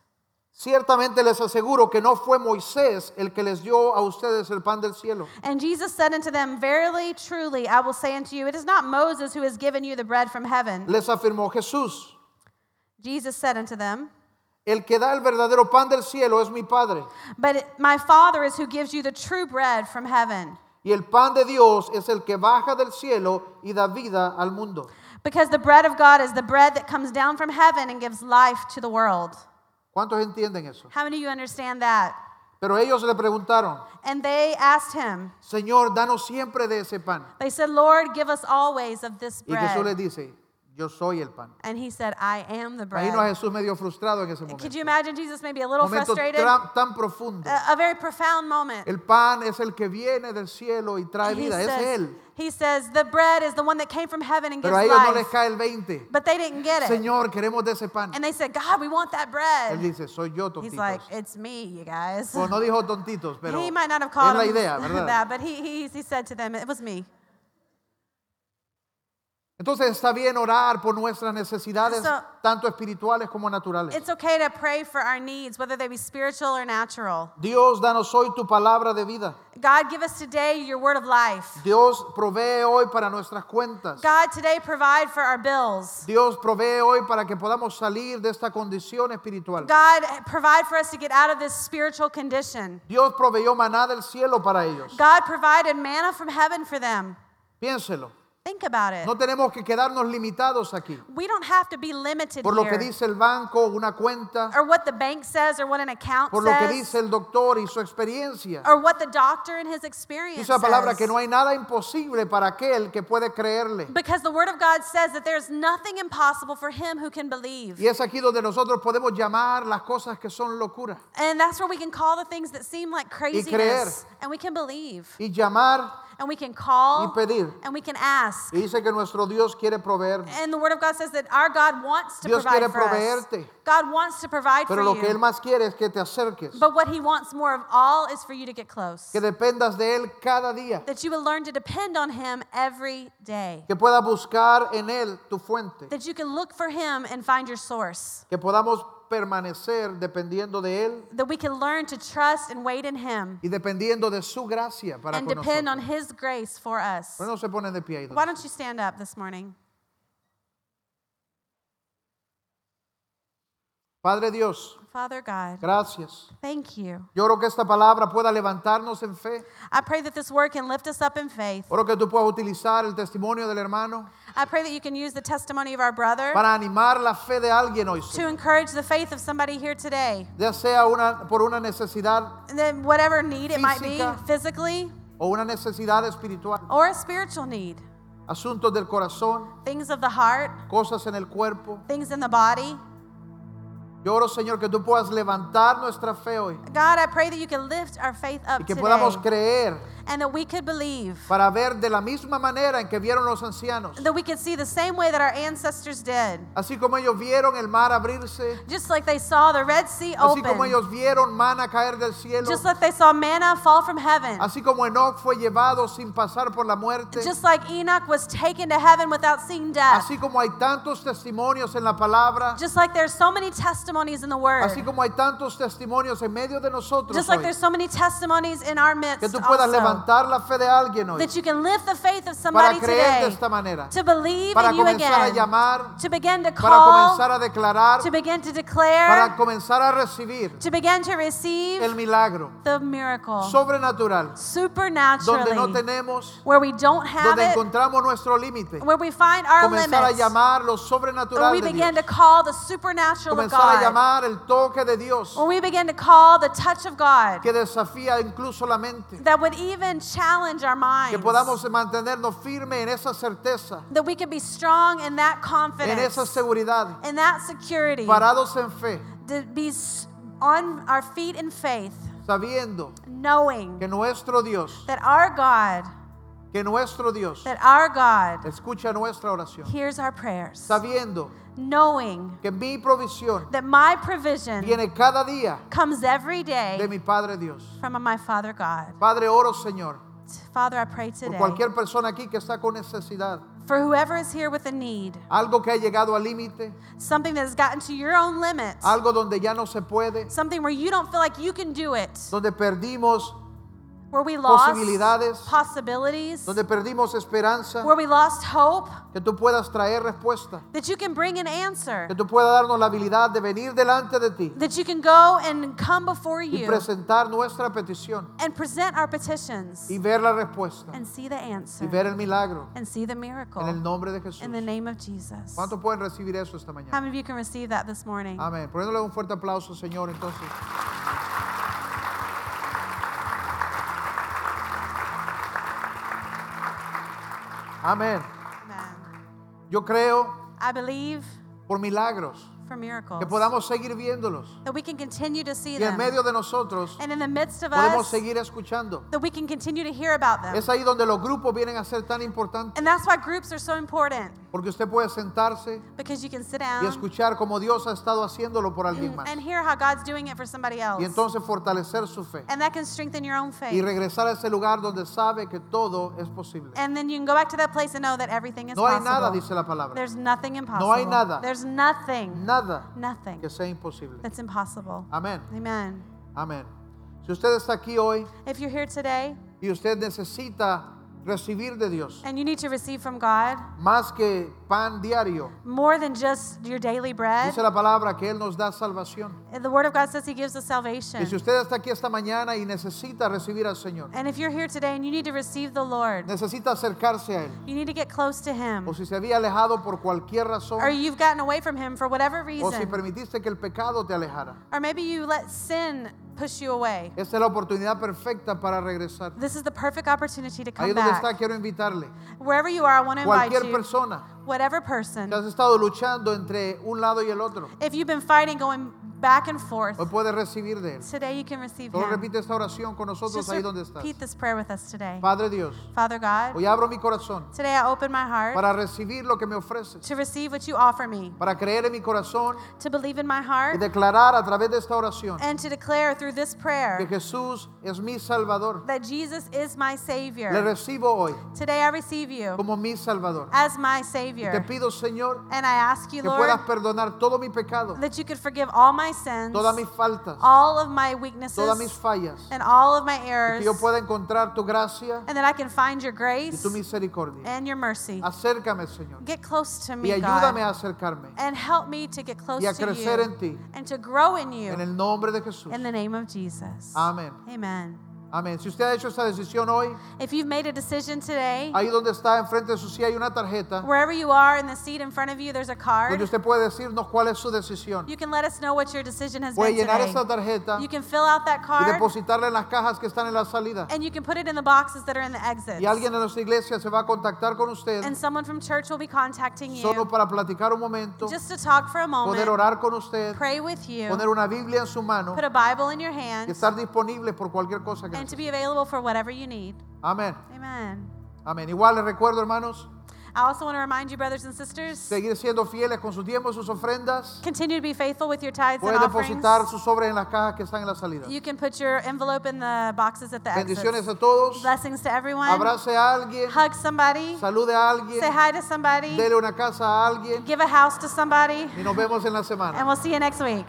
Ciertamente les aseguro que no fue Moisés el que les dio a ustedes el pan del cielo,
And Jesus said unto them, Verily, truly, I will say unto you, it is not Moses who has given you the bread from heaven.
les afirmó Jesús.
Jesus said unto them,
El que da el verdadero pan del cielo es mi Padre,
But it- my Father is who gives you the true bread from heaven.
y el pan de Dios es el que baja del cielo y da vida al mundo.
Because the bread of God is the bread that comes down from heaven and gives life to the world.
¿Cuántos entienden eso?
How many of you understand that?
Pero ellos le preguntaron,
And they asked him,
Señor, danos siempre de ese pan.
They said, Lord, give us always of this
Y Jesús les
bread.
dice, yo soy el pan.
And he said, I am the
Imagino a
bread.
Jesús medio frustrado en ese momento.
Could you imagine Jesus maybe a little
Momento
frustrated? Uh,
tan, tan profundo.
A, a very profound moment.
El pan es el que viene del cielo y trae
And He
vida, es
says,
Él.
he says, the bread is the one that came from heaven and gives
Pero a ellos no les
life.
cae el 20.
But they didn't get it.
Señor, queremos de ese pan.
And they said, God, we want that
Él
bread.
dice, soy yo,
He's
tontitos.
like, it's me, you guys.
Bueno, no dijo tontitos, pero
he
es
might not have called
la
them
idea, ¿verdad?
that, but he, he, he said to them, it was me.
Entonces está bien orar por nuestras necesidades,
So-
tanto espirituales como naturales.
It's okay to pray for our needs, whether they be spiritual or natural.
Dios, danos hoy tu palabra de vida.
God, give us today your word of life.
Dios provee hoy para nuestras cuentas.
God, today provide for our bills.
Dios provee hoy para que podamos salir de esta condición espiritual.
God, provide for us to get out of this spiritual condition.
Dios proveyó maná del cielo para ellos.
God provided manna from heaven for them.
Piénselo.
Think about it.
No tenemos que quedarnos limitados aquí.
We don't have to be limited
Por lo que
here,
dice el banco, una cuenta,
or what the bank says, or what an account
por lo que
says,
dice el doctor y su experiencia.
or what the doctor and his experience
Dice la palabra
says.
que no hay nada imposible para aquel que puede creerle.
Because the Word of God says that there is nothing impossible for him who can believe.
Y es aquí donde nosotros podemos llamar las cosas que son locura.
And that's where we can call the things that seem like craziness, and we can believe,
Y llamar
and we can
y
call,
pedir.
and we can ask.
Y dice que nuestro Dios quiere proveer.
And the Word of God says that our God wants to
Dios
provide
quiere
for us.
proveerte.
God wants to provide
Pero
for
lo que Él
you.
más quiere es que te acerques.
But what He wants more of all is for you to get close.
Que dependas de Él cada día.
That you would learn to depend on Him every day.
Que puedas buscar en Él tu fuente.
That you can look for Him and find your source.
Que podamos permanecer dependiendo de Él
That we can learn to trust and wait in Him
y dependiendo de su gracia para
and
con
depend on
nosotros.
His grace for us.
¿Por qué no se ponen de pie ahí?
Why don't you stand up this morning?
Padre Dios,
Father God,
gracias.
thank you.
Yo creo que esta palabra pueda levantarnos en fe.
I pray that this word can lift us up in faith.
Oro que tú puedas utilizar el testimonio del hermano
I pray that you can use the testimony of our brother
para animar la fe de alguien hoy.
to
Señor.
encourage the faith of somebody here today.
Ya sea una, por una necesidad
And then whatever need it might be,
Física.
physically
o una necesidad espiritual,
or a spiritual need,
asuntos del corazón,
things of the heart,
cosas en el cuerpo.
things in the body.
Yo oro, Señor, que tú puedas levantar nuestra fe hoy
God, I pray that you can lift our faith
y
up
que podamos
today
creer
and that we could believe,
para ver de la misma manera en que vieron los ancianos.
that we could see the same way that our ancestors did.
Así como ellos vieron el mar abrirse,
Just like they saw the Red Sea
así como
open,
ellos vieron mana caer del cielo,
just like they saw manna fall from heaven.
así como Enoch fue llevado sin pasar por la muerte,
Just like Enoch was taken to heaven without seeing death.
así como hay tantos testimonios en la palabra,
Just like there's so many testimonies in the word.
así como hay tantos testimonios en medio de nosotros
Just like
hoy,
there's so many testimonies in our
que
midst
tú puedas
also.
levantar la fe de alguien hoy
That you can lift the faith of
para
somebody
creer de
today
esta manera,
to believe
para
in you
comenzar a
again.
llamar,
To begin to
para comenzar
call,
a declarar,
to begin to
para
declare,
comenzar a recibir
to begin to receive
el milagro
the miracle
sobrenatural, donde no
supernaturally
tenemos,
where we don't have
donde
it,
encontramos nuestro límite.
where we find our
comenzar a
limits,
llamar lo
when
sobrenatural
we
de
begin to
Dios.
call the supernatural of
Comenzar a
God. Oh.
llamar el toque de Dios
when we begin to call the touch of God
que desafía incluso la mente.
that would even challenge our minds,
Que podamos mantenernos firmes en esa certeza,
that we can be strong in that
en
confidence,
esa seguridad,
in that security,
parados en fe,
to be s- on our feet in faith,
sabiendo
knowing
que nuestro Dios,
that our God,
que nuestro Dios
that our God
escucha nuestra oración,
hears our prayers,
sabiendo
knowing
que mi provisión
that my provision
viene cada día
comes every
de
day
mi Padre Dios.
from my Father God.
Padre, oro Señor
Father, I pray today
por cualquier persona aquí que está con necesidad,
for whoever is here with a need,
algo que ha llegado al límite,
something that has gotten to your own limits,
algo donde ya no se puede,
something where you don't feel like you can do it,
donde perdimos,
where we lost
posibilidades,
possibilities,
donde perdimos esperanza,
where we lost hope,
que tú puedas traer respuesta,
that you can bring an answer,
que tú puedas darnos la habilidad de venir delante de ti
that you can go and come before
y
you
presentar nuestra petición
and present our petitions
y ver la respuesta
and see the answer
y ver el milagro
and see the
en el
miracle
nombre de Jesús.
in the name of Jesus.
¿Cuántos pueden recibir eso esta
How
mañana?
many of you can receive that this morning?
Amén. Poniéndole un fuerte aplauso, Señor, entonces. Amén.
Amen.
Yo creo
I believe
por milagros
for miracles
que podamos seguir viéndolos
that we can continue to see
y en
them
medio de nosotros
and in the midst of
podemos
us
seguir escuchando.
that we can continue to hear about them.
Es ahí donde los grupos vienen a ser tan importantes
And that's why groups are so important
porque usted puede sentarse
because you can sit
y
down
escuchar como Dios ha estado haciéndolo por alguien más
Ah. Mm, and hear how God's doing it for somebody else.
y entonces fortalecer su fe
and that can strengthen your own
y
faith.
regresar a ese lugar donde sabe que todo es posible.
And then you can go back to that place and know that everything is
No hay
possible.
nada, dice la palabra.
There's nothing impossible.
hay nada.
There's nothing.
Nada
nothing
que Ah. sea imposible.
that's impossible.
Amén.
Amen.
Amén. Si usted está aquí hoy
If you're here today
y usted necesita recibir de Dios
and you need to receive from God
más que pan diario,
more than just your daily bread,
dice la palabra que Él nos da salvación.
the Word of God says He gives us
Y
salvation.
si usted está aquí esta mañana y necesita recibir al Señor,
And if you're here today and you need to receive the Lord,
necesita acercarse a Él,
you need to get close to Him.
o si se había alejado por cualquier razón,
Or you've gotten away from Him for whatever
o si
reason.
permitiste que el pecado te alejara,
Or maybe you let sin push you away.
esta es la oportunidad perfecta para regresar.
This is the perfect opportunity to
Ahí
come
donde está,
back.
quiero invitarle.
Wherever you are, I want to invite
Cualquier
you,
persona
whatever
que
person,
has estado luchando entre un lado y el otro,
if you've been fighting, going back and forth,
hoy puedes recibir de Él.
today you can receive
Solo
Him.
repite esta oración con nosotros
Just
ahí donde estás.
repeat this prayer with us today.
Padre Dios,
Father God,
hoy abro mi corazón
today I open my heart
para recibir lo que me ofreces,
to receive what you offer me,
para creer en mi corazón
to believe in my
y
heart,
declarar a través de esta oración
and to declare through this
que
prayer
Jesús es mi Salvador.
that Jesus is my
Le
Savior.
recibo hoy
Today I receive you
como mi Salvador.
as my
Y te
Savior.
pido, Señor,
And I ask you,
que puedas
Lord,
perdonar todo mi pecado,
that you could forgive all my sins,
todas mis faltas,
all of my
todas mis
weaknesses,
fallas,
and all of my
y que
errors,
yo pueda encontrar tu gracia
and that I can find your
y
grace
tu misericordia.
and your mercy.
Acércame, Señor.
Get close to
y
me,
ayúdame
God,
a acercarme
and help me to get close
y a
to
crecer en
you
ti
and to grow in
en
you
el nombre de Jesús.
in the name of Jesus.
Amén.
Amen.
Amén. Si usted ha hecho esta decisión hoy,
If you've made a decision today,
ahí donde está enfrente de su silla hay una tarjeta
wherever you are in the seat in front of you, there's a
donde
card.
usted puede decirnos cuál es su decisión.
You can let us know what your decision has
Puede
been
llenar
today.
esta tarjeta
You can fill out that
y
card
depositarla en las cajas que están en la salida.
and you can put it in the boxes that are in the exits.
Y alguien de nuestra iglesia se va a contactar con usted
And someone from church will be contacting
solo
you
para platicar un momento,
just to talk for a
poder
moment,
orar con usted,
pray with
poner
you,
una Biblia en su mano
put a Bible in your
y
hand,
estar disponible por cualquier cosa que
and to
necesite.
be available for whatever you need.
Amén.
Amen.
Amén. Igual les recuerdo, hermanos,
I also want to remind you, brothers and sisters,
seguir siendo fieles con su tiempo, sus ofrendas.
continue to be faithful with your tithes and
Puede depositar
offerings.
sus sobres en las cajas que están en la salida.
You can put your envelope in the boxes at the
Bendiciones a
exits.
todos.
Blessings to everyone.
Abrace a alguien.
Hug somebody.
Salude a alguien.
Say hi to somebody.
Dele una casa a alguien.
Give a house to somebody.
Y nos vemos en la
And
semana.
we'll see you next week.